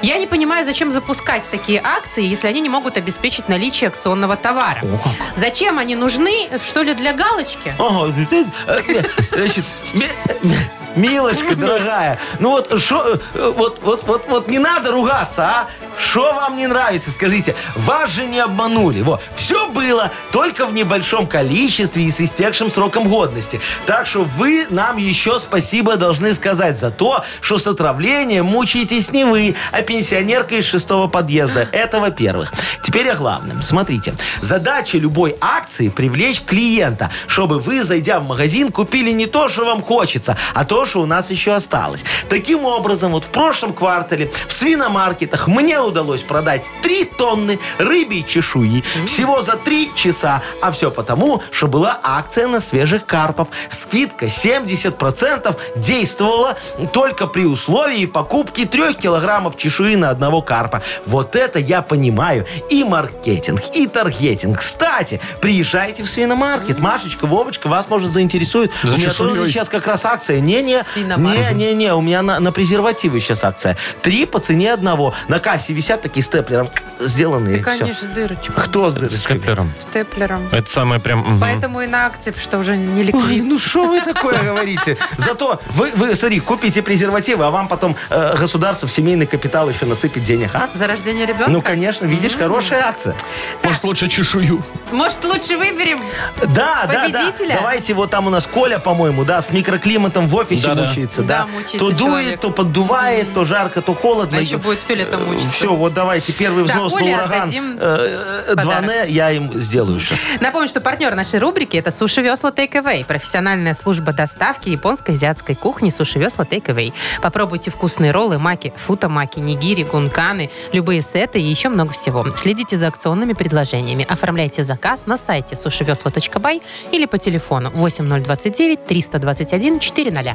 [SPEAKER 2] Я не понимаю, зачем запускать такие акции, если они не могут обеспечить наличие акционного товара. Зачем они нужны? Что ли, для галочки?
[SPEAKER 3] Ага, ты- ты- э, э, значит, ми- э, ми- Милочка, дорогая, ну вот, шо, э, вот, вот, вот, вот не надо ругаться, а? Что вам не нравится, скажите? Вас же не обманули. Во, все было, только в небольшом количестве и с истекшим сроком годности. Так что вы нам еще спасибо должны сказать за то, что с отравлением мучаетесь не вы, а пенсионерка из шестого подъезда. Это во-первых. Теперь о главном. Смотрите, задача любой акции привлечь клиента, чтобы вы, зайдя в магазин, купили не то, что вам хочется, а то, что у нас еще осталось. Таким образом, вот в прошлом квартале в свиномаркетах мне удалось продать 3 тонны рыбьей чешуи всего за 3 часа. А все потому, что была акция на свежих карпов. Скидка 70% действовала только при условии покупки 3 килограммов чешуи на одного карпа. Вот это я понимаю. И маркетинг, и таргетинг. Кстати, приезжайте в свиномаркет. Машечка, Вовочка, вас, может, заинтересует.
[SPEAKER 4] За
[SPEAKER 3] У меня
[SPEAKER 4] чешуей.
[SPEAKER 3] тоже сейчас как раз акция. Не-не,
[SPEAKER 2] Свиномаркет.
[SPEAKER 3] не-не, у меня на, на презервативы сейчас акция. Три по цене одного. На кассе висят такие степлером сделанные.
[SPEAKER 2] Да,
[SPEAKER 3] Всё.
[SPEAKER 2] конечно, с дырочкой.
[SPEAKER 3] Кто с
[SPEAKER 4] С
[SPEAKER 3] дырочками?
[SPEAKER 4] капером.
[SPEAKER 2] Степлером.
[SPEAKER 4] Это самое прям... мгм.
[SPEAKER 2] Поэтому и на акции, что уже не
[SPEAKER 3] Ой,
[SPEAKER 2] ликвид.
[SPEAKER 3] ну что вы такое говорите? Зато вы, вы, смотри, купите презервативы, а вам потом э, государство в семейный капитал еще насыпет денег, а?
[SPEAKER 2] За рождение ребенка?
[SPEAKER 3] Ну, конечно, видишь, хорошая акция.
[SPEAKER 4] Может, лучше чешую?
[SPEAKER 2] Может, лучше выберем?
[SPEAKER 3] Да, да, да.
[SPEAKER 2] Победителя?
[SPEAKER 3] Давайте вот там у нас Коля, по-моему, да, с микроклиматом в офисе
[SPEAKER 4] Да-да.
[SPEAKER 3] мучается,
[SPEAKER 2] Да,
[SPEAKER 3] да.
[SPEAKER 2] мучается
[SPEAKER 3] То
[SPEAKER 2] человек.
[SPEAKER 3] дует, то поддувает, то жарко, то холодно.
[SPEAKER 2] А еще будет все лето мучиться.
[SPEAKER 3] Все, вот давайте первый
[SPEAKER 2] Да,
[SPEAKER 3] взнос
[SPEAKER 2] Коле
[SPEAKER 3] на ураган
[SPEAKER 2] отдадим
[SPEAKER 3] э, э,
[SPEAKER 2] подарок.
[SPEAKER 3] 2Н я им сделаю сейчас.
[SPEAKER 2] Напомню, что партнер нашей рубрики это Суши Весла Take Away. Профессиональная служба доставки японской азиатской кухни Суши Весла Take Away. Попробуйте вкусные роллы, маки, футамаки, нигири, гунканы, любые сеты и еще много всего. Следите за акционными предложениями. Оформляйте заказ на сайте сушивесла.бай или по телефону 8029 321 400.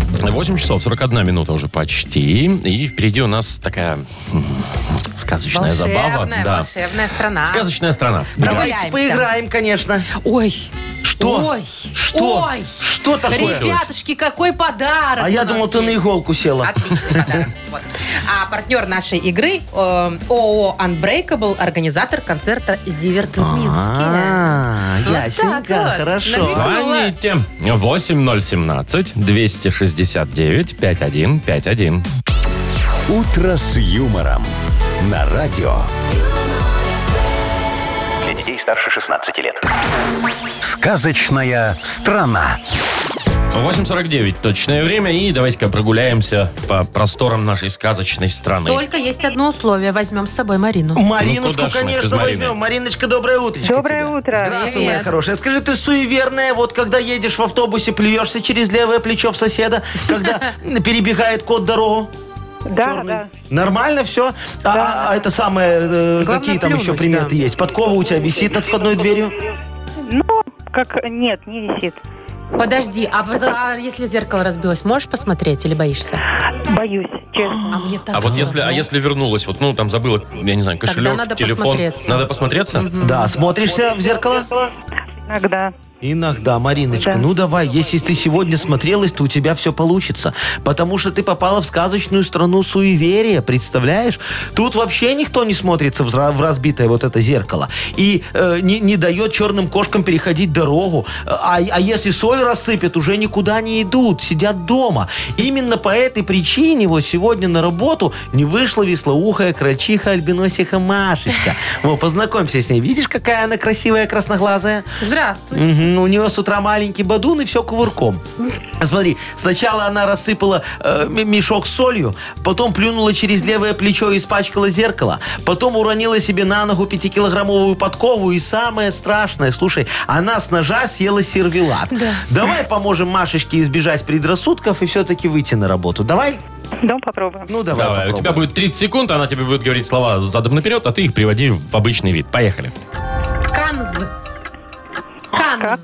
[SPEAKER 4] 8 часов 41 минута уже почти. И впереди у нас такая м, сказочная забава.
[SPEAKER 2] Волшебная,
[SPEAKER 4] Да.
[SPEAKER 2] волшебная страна.
[SPEAKER 4] Сказочная страна.
[SPEAKER 3] Давайте
[SPEAKER 2] Прогуляемся.
[SPEAKER 3] поиграем, конечно.
[SPEAKER 2] Ой,
[SPEAKER 3] Что?
[SPEAKER 2] Ой.
[SPEAKER 3] Что?
[SPEAKER 2] Ой.
[SPEAKER 3] Что такое?
[SPEAKER 2] ребятушки, какой подарок!
[SPEAKER 3] А я
[SPEAKER 2] у нас
[SPEAKER 3] думал, ты на
[SPEAKER 2] есть.
[SPEAKER 3] иголку села.
[SPEAKER 4] *laughs*
[SPEAKER 2] Отличный подарок. Вот. А партнер нашей игры э, ООО Unbreakable, организатор концерта Зиверт в Минске.
[SPEAKER 3] А,
[SPEAKER 2] Ну,
[SPEAKER 3] Ясенька,
[SPEAKER 2] Так вот,
[SPEAKER 3] хорошо.
[SPEAKER 2] намекнула.
[SPEAKER 4] Звоните 8017-269-5151.
[SPEAKER 1] «Утро с юмором» на радио.
[SPEAKER 6] Для детей старше 16 лет.
[SPEAKER 1] Сказочная страна.
[SPEAKER 4] 8.49 точное время, и давайте-ка прогуляемся по просторам нашей сказочной страны.
[SPEAKER 2] Только есть одно условие. Возьмем с собой Марину.
[SPEAKER 3] Мариночку,
[SPEAKER 4] Ну, куда ж мы без
[SPEAKER 3] конечно,
[SPEAKER 4] Марины?
[SPEAKER 3] возьмем. Мариночка, доброе утречко
[SPEAKER 9] Доброе
[SPEAKER 3] тебе.
[SPEAKER 9] утро.
[SPEAKER 3] Здравствуй, моя
[SPEAKER 2] Привет.
[SPEAKER 3] хорошая. Скажи, ты суеверная, вот когда едешь в автобусе, плюешься через левое плечо в соседа,
[SPEAKER 2] *laughs*
[SPEAKER 3] когда перебегает кот дорогу?
[SPEAKER 9] Да,
[SPEAKER 3] Чёрный.
[SPEAKER 9] да.
[SPEAKER 3] Нормально все? А, а это самое, э,
[SPEAKER 2] Главное
[SPEAKER 3] какие там еще
[SPEAKER 2] плюнуть,
[SPEAKER 3] приметы
[SPEAKER 2] да.
[SPEAKER 3] есть? Подкова у тебя висит над входной дверью?
[SPEAKER 9] Ну, как... Нет, не висит.
[SPEAKER 2] Подожди, а, в- а если зеркало разбилось, можешь посмотреть или боишься?
[SPEAKER 9] Боюсь, честно.
[SPEAKER 2] А мне так
[SPEAKER 4] А вот
[SPEAKER 2] всё
[SPEAKER 4] если, а
[SPEAKER 2] равно.
[SPEAKER 4] если вернулась, вот, ну, там забыла, я не знаю,
[SPEAKER 2] Тогда
[SPEAKER 4] кошелек,
[SPEAKER 2] надо
[SPEAKER 4] телефон.
[SPEAKER 2] посмотреться.
[SPEAKER 4] Надо посмотреться?
[SPEAKER 3] Да, смотришься в зеркало?
[SPEAKER 9] Иногда.
[SPEAKER 3] Иногда, Мариночка,
[SPEAKER 9] Да.
[SPEAKER 3] ну давай, если ты сегодня смотрелась, то у тебя все получится. Потому что ты попала в сказочную страну суеверия, представляешь? Тут вообще никто не смотрится в зра- в разбитое вот это зеркало. И э, не, не дает черным кошкам переходить дорогу. А, а если соль рассыпят, уже никуда не идут, сидят дома. Именно по этой причине вот сегодня на работу не вышла веслоухая крачиха альбиносиха Машечка. Во, познакомься с ней. Видишь, какая она красивая, красноглазая?
[SPEAKER 2] Здравствуй.
[SPEAKER 3] Мгм, У нее с утра маленький бадун и все кувырком. Смотри, сначала она рассыпала э, м- мешок с солью, потом плюнула через левое плечо и испачкала зеркало, потом уронила себе на ногу пятикилограммовую подкову и самое страшное, слушай, она с ножа съела сервелат. Давай поможем Машечке избежать предрассудков и все-таки выйти на работу. Давай?
[SPEAKER 9] Ну, попробуем.
[SPEAKER 3] Ну, давай,
[SPEAKER 4] Давай, у
[SPEAKER 3] попробуем.
[SPEAKER 4] тебя будет 30 секунд, она тебе будет говорить слова задом наперед, а ты их приводи в обычный вид. Поехали.
[SPEAKER 2] Канз. Канз.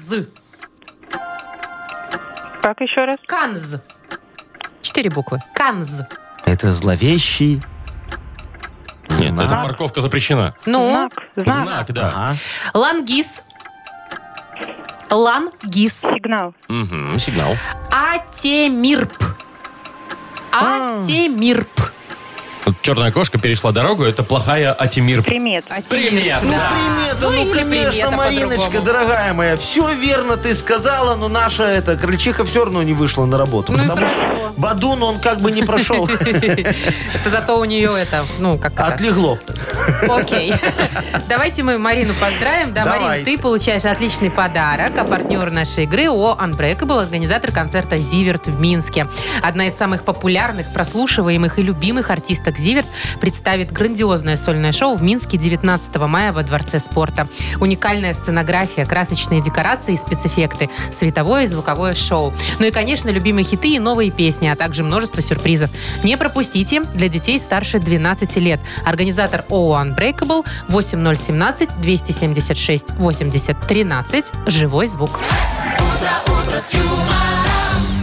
[SPEAKER 9] Как еще раз?
[SPEAKER 2] Канз. Четыре буквы. Канз.
[SPEAKER 3] Это зловещий
[SPEAKER 4] Нет,
[SPEAKER 3] знак.
[SPEAKER 4] эта морковка запрещена.
[SPEAKER 2] Ну,
[SPEAKER 9] Знак. Знак.
[SPEAKER 4] Знак, да.
[SPEAKER 3] Ага.
[SPEAKER 2] лангис. Лангис.
[SPEAKER 9] Сигнал.
[SPEAKER 4] Мгм, сигнал.
[SPEAKER 2] Атемирп. А. Атемирп.
[SPEAKER 4] Вот черная кошка перешла дорогу, это плохая Атимир.
[SPEAKER 9] Примет.
[SPEAKER 4] Пример.
[SPEAKER 3] Ну,
[SPEAKER 4] да.
[SPEAKER 3] примета,
[SPEAKER 2] Ну,
[SPEAKER 3] ну,
[SPEAKER 2] или
[SPEAKER 3] конечно,
[SPEAKER 2] примета
[SPEAKER 3] Мариночка,
[SPEAKER 2] по-другому.
[SPEAKER 3] дорогая моя, все верно ты сказала, но наша эта крольчиха все равно не вышла на работу,
[SPEAKER 2] Ну,
[SPEAKER 3] потому что Бадун, он как бы
[SPEAKER 2] *laughs*
[SPEAKER 3] не прошел,
[SPEAKER 2] Это зато у нее это, ну, как это,
[SPEAKER 3] отлегло.
[SPEAKER 2] Окей. Давайте мы Марину поздравим. Да, Марин,
[SPEAKER 3] Давайте.
[SPEAKER 2] ты получаешь отличный подарок. А партнер нашей игры ООО «Unbreakable» организатор концерта «Зиверт» в Минске. Одна из самых популярных, прослушиваемых и любимых артисток «Зиверт» представит грандиозное сольное шоу в Минске 19 мая во Дворце спорта. Уникальная сценография, красочные декорации и спецэффекты, световое и звуковое шоу. Ну и, конечно, любимые хиты и новые песни, а также множество сюрпризов. Не пропустите для детей старше 12 лет. Организатор ООО Unbreakable 8017 276 80 13 «Живой звук».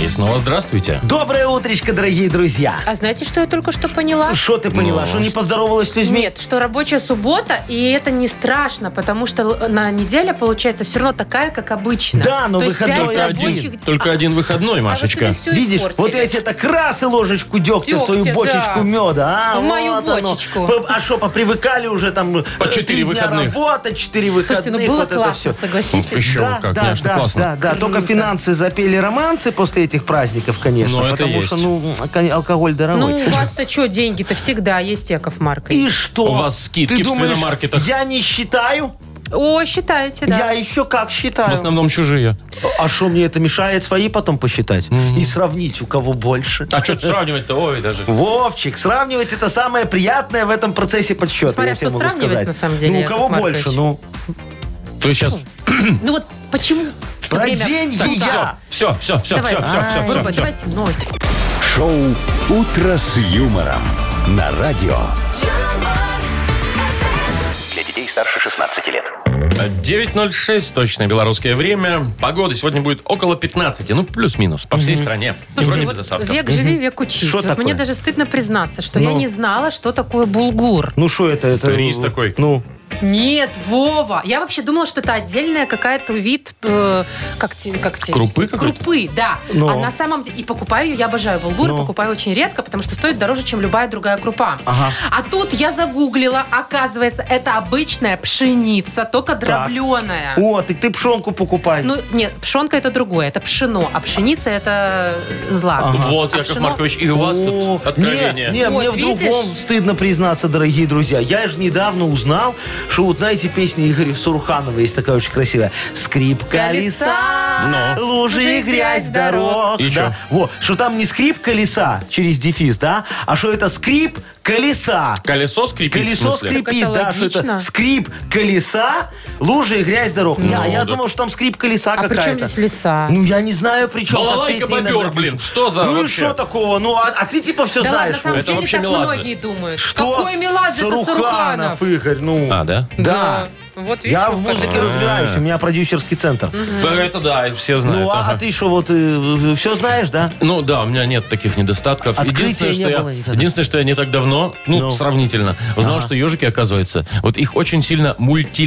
[SPEAKER 4] И снова здравствуйте.
[SPEAKER 3] Доброе утречко, дорогие друзья.
[SPEAKER 2] А знаете, что я только что поняла?
[SPEAKER 3] Что ты поняла,
[SPEAKER 4] Ну,
[SPEAKER 3] что не поздоровалась с людьми?
[SPEAKER 2] Нет, что рабочая суббота, и это не страшно, потому что л- на неделя получается все равно такая, как обычно.
[SPEAKER 3] Да, но
[SPEAKER 2] То есть
[SPEAKER 3] выходной
[SPEAKER 2] пять
[SPEAKER 4] Только один,
[SPEAKER 2] рабочих дней.
[SPEAKER 4] только один выходной,
[SPEAKER 2] А вот
[SPEAKER 4] Машечка.
[SPEAKER 2] тебе всё
[SPEAKER 3] Видишь, вот
[SPEAKER 2] испортили.
[SPEAKER 3] я тебе так раз и ложечку дегтя в твою
[SPEAKER 2] Дегтя,
[SPEAKER 3] бочечку
[SPEAKER 2] да.
[SPEAKER 3] меда. А,
[SPEAKER 2] В мою
[SPEAKER 3] вот оно.
[SPEAKER 2] бочечку.
[SPEAKER 3] П- А что, попривыкали уже там...
[SPEAKER 4] По
[SPEAKER 3] э,
[SPEAKER 4] четыре
[SPEAKER 3] три дня
[SPEAKER 4] выходных.
[SPEAKER 3] Работа, четыре выходных,
[SPEAKER 2] Слушайте, ну было
[SPEAKER 3] вот это
[SPEAKER 2] классно,
[SPEAKER 3] все.
[SPEAKER 2] согласитесь?
[SPEAKER 4] Еще
[SPEAKER 3] да,
[SPEAKER 4] как,
[SPEAKER 3] да,
[SPEAKER 4] конечно,
[SPEAKER 3] да,
[SPEAKER 4] классно.
[SPEAKER 3] Да, да, только финансы запели романсы после этих праздников, конечно.
[SPEAKER 4] Ну, это
[SPEAKER 3] потому
[SPEAKER 4] есть.
[SPEAKER 3] что, ну, кон- алкоголь дорогой.
[SPEAKER 2] Ну, у вас-то что, деньги-то всегда есть, Яков Маркович.
[SPEAKER 3] И что?
[SPEAKER 4] У вас скидки
[SPEAKER 3] Ты
[SPEAKER 4] в
[SPEAKER 3] думаешь,
[SPEAKER 4] свиномаркетах.
[SPEAKER 3] Я не считаю.
[SPEAKER 2] О, считаете, да.
[SPEAKER 3] Я еще как считаю.
[SPEAKER 4] В основном чужие.
[SPEAKER 3] А что мне это мешает свои потом посчитать? И сравнить, у кого больше.
[SPEAKER 4] А что сравнивать-то? Ой, даже.
[SPEAKER 3] Вовчик, сравнивать это самое приятное в этом процессе подсчета,
[SPEAKER 2] Смотря
[SPEAKER 3] я тебе
[SPEAKER 2] что
[SPEAKER 3] могу
[SPEAKER 2] сравнивать,
[SPEAKER 3] сказать.
[SPEAKER 2] на самом деле,
[SPEAKER 3] ну, у
[SPEAKER 2] Яков
[SPEAKER 3] кого
[SPEAKER 2] Маркович.
[SPEAKER 3] больше, ну.
[SPEAKER 4] Вы сейчас...
[SPEAKER 2] Ну вот почему все
[SPEAKER 3] Про
[SPEAKER 2] время...
[SPEAKER 3] деньги
[SPEAKER 2] туда?
[SPEAKER 3] я.
[SPEAKER 4] Все, все, все, все,
[SPEAKER 2] Давай, А,
[SPEAKER 4] все, все,
[SPEAKER 2] Вова,
[SPEAKER 4] все,
[SPEAKER 2] давайте новости.
[SPEAKER 1] Шоу «Утро с юмором» на радио.
[SPEAKER 6] Для детей старше 16 лет.
[SPEAKER 4] 9.06, точное белорусское время. Погода сегодня будет около 15, ну, плюс-минус, по всей стране. И
[SPEAKER 2] Слушайте,
[SPEAKER 4] вроде
[SPEAKER 2] вот
[SPEAKER 4] без осадков.
[SPEAKER 2] век живи, век учись.
[SPEAKER 3] Что
[SPEAKER 2] Вот
[SPEAKER 3] такое?
[SPEAKER 2] мне даже стыдно признаться, что я
[SPEAKER 3] Ну.
[SPEAKER 2] не знала, что такое булгур.
[SPEAKER 3] Ну, что это? это
[SPEAKER 4] Рис такой.
[SPEAKER 3] Ну,
[SPEAKER 2] Нет, Вова. Я вообще думала, что это отдельная какая-то вид, э, как те- как те-
[SPEAKER 4] Крупы какой-то?
[SPEAKER 2] Крупы, да.
[SPEAKER 3] Но.
[SPEAKER 2] А на самом деле, и покупаю ее, я обожаю булгур,
[SPEAKER 3] Но.
[SPEAKER 2] покупаю очень редко, потому что стоит дороже, чем любая другая крупа.
[SPEAKER 3] Ага.
[SPEAKER 2] А тут я загуглила, оказывается, это обычная пшеница, только дробленая.
[SPEAKER 3] О, так ты пшенку покупай.
[SPEAKER 2] Ну, нет, пшенка это другое, это пшено, а пшеница это злак.
[SPEAKER 4] Вот,
[SPEAKER 2] А
[SPEAKER 4] Яков
[SPEAKER 2] пшено-
[SPEAKER 4] Маркович, и у вас тут
[SPEAKER 3] О,
[SPEAKER 4] откровение.
[SPEAKER 3] Не, не,
[SPEAKER 2] Вот,
[SPEAKER 3] мне в
[SPEAKER 2] видишь?
[SPEAKER 3] другом стыдно признаться, дорогие друзья. Я же недавно узнал, что вот знаете, песня Игоря Сурханова есть такая очень красивая. Скрипка
[SPEAKER 2] Колеса,
[SPEAKER 3] леса, лужи и грязь дорог.
[SPEAKER 4] Ну. И
[SPEAKER 3] да.
[SPEAKER 4] чё?
[SPEAKER 3] Вот, что там не скрип колеса через дефис, да, а что это скрип колеса.
[SPEAKER 4] Колесо скрипит,
[SPEAKER 3] Колесо
[SPEAKER 4] в смысле?
[SPEAKER 3] скрипит,
[SPEAKER 2] Так это
[SPEAKER 3] да, что
[SPEAKER 2] логично.
[SPEAKER 3] это скрип колеса, лужи и грязь дорог. А Я, я
[SPEAKER 4] Ну, да.
[SPEAKER 3] думал, что там скрип колеса
[SPEAKER 2] А при
[SPEAKER 3] какая-то.
[SPEAKER 2] чем здесь леса?
[SPEAKER 3] Ну, я не знаю, при чем.
[SPEAKER 4] Балалайка бобер, блин, что за
[SPEAKER 3] Ну и
[SPEAKER 4] вообще?
[SPEAKER 3] что такого? Ну, а, а ты типа все
[SPEAKER 2] Да ладно,
[SPEAKER 3] знаешь.
[SPEAKER 2] на самом
[SPEAKER 3] Вов.
[SPEAKER 4] Это
[SPEAKER 2] деле
[SPEAKER 4] вообще
[SPEAKER 2] так
[SPEAKER 4] меладзе.
[SPEAKER 2] многие думают.
[SPEAKER 3] Что?
[SPEAKER 2] Какой меладзе это Сурханов?
[SPEAKER 3] Игорь, ну.
[SPEAKER 4] А, да?
[SPEAKER 3] Да.
[SPEAKER 2] Вот видишь,
[SPEAKER 3] Я
[SPEAKER 2] ну,
[SPEAKER 3] в
[SPEAKER 2] как-
[SPEAKER 3] музыке разбираюсь, у меня продюсерский центр.
[SPEAKER 4] Да, Это да, это все знают.
[SPEAKER 3] Ну, а
[SPEAKER 4] ага.
[SPEAKER 3] а ты что, вот все знаешь, да?
[SPEAKER 4] Ну да, у меня нет таких недостатков.
[SPEAKER 3] Открытия
[SPEAKER 4] Единственное,
[SPEAKER 3] не
[SPEAKER 4] что, я,
[SPEAKER 3] было никогда.
[SPEAKER 4] единственное, что я не так давно, ну,
[SPEAKER 3] Ну.
[SPEAKER 4] сравнительно, узнал, что ежики, оказывается, вот их очень сильно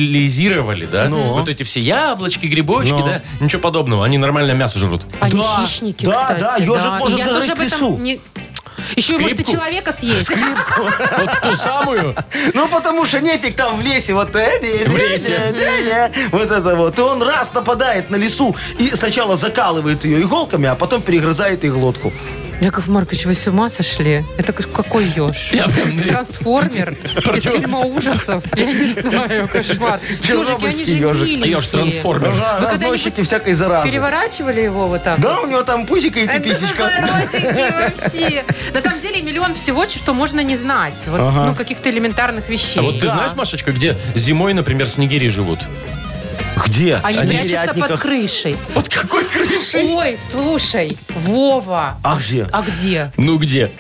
[SPEAKER 4] мультилизировали, да? Вот эти все яблочки, грибочки,
[SPEAKER 3] Ну.
[SPEAKER 4] да? Ничего подобного, они нормально мясо жрут.
[SPEAKER 2] Они
[SPEAKER 3] Да,
[SPEAKER 2] хищники,
[SPEAKER 3] да,
[SPEAKER 2] кстати.
[SPEAKER 3] да, ежик может
[SPEAKER 2] Я тоже
[SPEAKER 3] загрызть
[SPEAKER 2] об этом
[SPEAKER 3] лису.
[SPEAKER 2] не- Еще, может, и
[SPEAKER 4] Скрипку?
[SPEAKER 2] человека съесть.
[SPEAKER 4] Вот ту самую.
[SPEAKER 3] Ну, потому что нефиг там в лесе, вот э, не, не,
[SPEAKER 4] лесе.
[SPEAKER 3] не, не, не, вот это вот. И он раз нападает на лесу и сначала закалывает ее иголками, а потом перегрызает ей глотку.
[SPEAKER 2] *laughs* Яков Маркович, вы с ума сошли? Это как- какой еж?
[SPEAKER 4] Я прям на-
[SPEAKER 2] Трансформер из
[SPEAKER 4] Против-
[SPEAKER 2] фильма ужасов. Я не знаю, кошмар. Ежики, они же
[SPEAKER 3] Чернобыльский ежик.
[SPEAKER 2] миленькие.
[SPEAKER 4] Еж-трансформер.
[SPEAKER 3] Ага,
[SPEAKER 2] Вы
[SPEAKER 3] разносчики
[SPEAKER 2] когда-нибудь
[SPEAKER 3] всякой заразы.
[SPEAKER 2] Переворачивали его вот так?
[SPEAKER 3] Да, у него там пузико и
[SPEAKER 2] Это такой
[SPEAKER 3] пиписечка.
[SPEAKER 2] роженький вообще. На самом деле миллион всего, что можно не знать. Вот,
[SPEAKER 3] Ага.
[SPEAKER 2] Ну, каких-то элементарных вещей.
[SPEAKER 4] А вот ты
[SPEAKER 2] Да.
[SPEAKER 4] знаешь, Машечка, где зимой, например, снегири живут?
[SPEAKER 3] Где?
[SPEAKER 2] Они
[SPEAKER 3] В
[SPEAKER 2] прячутся под
[SPEAKER 3] нерядниках.
[SPEAKER 2] крышей.
[SPEAKER 4] Под какой крышей?
[SPEAKER 2] Ой, слушай, Вова.
[SPEAKER 3] А где?
[SPEAKER 2] А где?
[SPEAKER 4] Ну где?